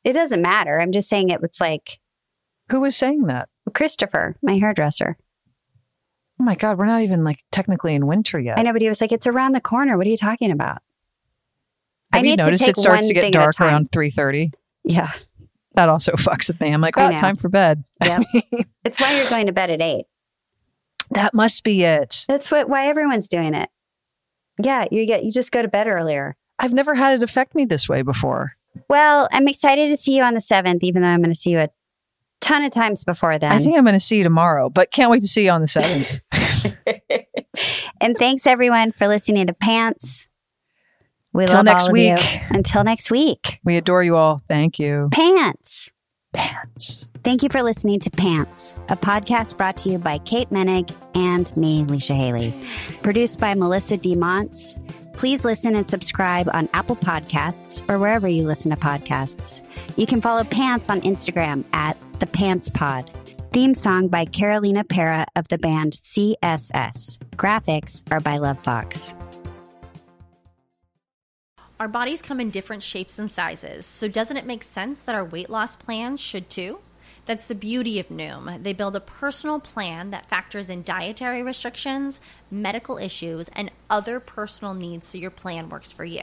[SPEAKER 2] It doesn't matter. I'm just saying it was like
[SPEAKER 1] Who was saying that?
[SPEAKER 2] Christopher, my hairdresser.
[SPEAKER 1] Oh my God, we're not even like technically in winter yet.
[SPEAKER 2] I know, but he was like, it's around the corner. What are you talking about?
[SPEAKER 1] Have
[SPEAKER 2] I
[SPEAKER 1] you
[SPEAKER 2] need to
[SPEAKER 1] noticed
[SPEAKER 2] take
[SPEAKER 1] it starts
[SPEAKER 2] one
[SPEAKER 1] to get
[SPEAKER 2] thing at a
[SPEAKER 1] dark
[SPEAKER 2] time.
[SPEAKER 1] around 3:30?
[SPEAKER 2] Yeah.
[SPEAKER 1] That also fucks with me. I'm like,
[SPEAKER 2] I
[SPEAKER 1] oh,
[SPEAKER 2] know.
[SPEAKER 1] time for bed.
[SPEAKER 2] Yep. It's why you're going to bed at eight.
[SPEAKER 1] that must be it.
[SPEAKER 2] That's what why everyone's doing it. Yeah, you get you just go to bed earlier.
[SPEAKER 1] I've never had it affect me this way before.
[SPEAKER 2] Well, I'm excited to see you on the seventh, even though I'm going to see you a ton of times before then.
[SPEAKER 1] I think I'm going to see you tomorrow, but can't wait to see you on the seventh.
[SPEAKER 2] and thanks everyone for listening to Pants. We
[SPEAKER 1] Till
[SPEAKER 2] love
[SPEAKER 1] next
[SPEAKER 2] all of
[SPEAKER 1] week.
[SPEAKER 2] you. Until next week,
[SPEAKER 1] we adore you all. Thank you.
[SPEAKER 2] Pants.
[SPEAKER 1] Pants.
[SPEAKER 2] Thank you for listening to Pants, a podcast brought to you by Kate Menig and me, Leisha Haley. Produced by Melissa D. Monts. Please listen and subscribe on Apple Podcasts or wherever you listen to podcasts. You can follow Pants on Instagram at The Pants Pod. Theme song by Carolina Para of the band CSS. Graphics are by LoveFox.
[SPEAKER 8] Our bodies come in different shapes and sizes, so doesn't it make sense that our weight loss plans should too? That's the beauty of Noom. They build a personal plan that factors in dietary restrictions, medical issues, and other personal needs so your plan works for you.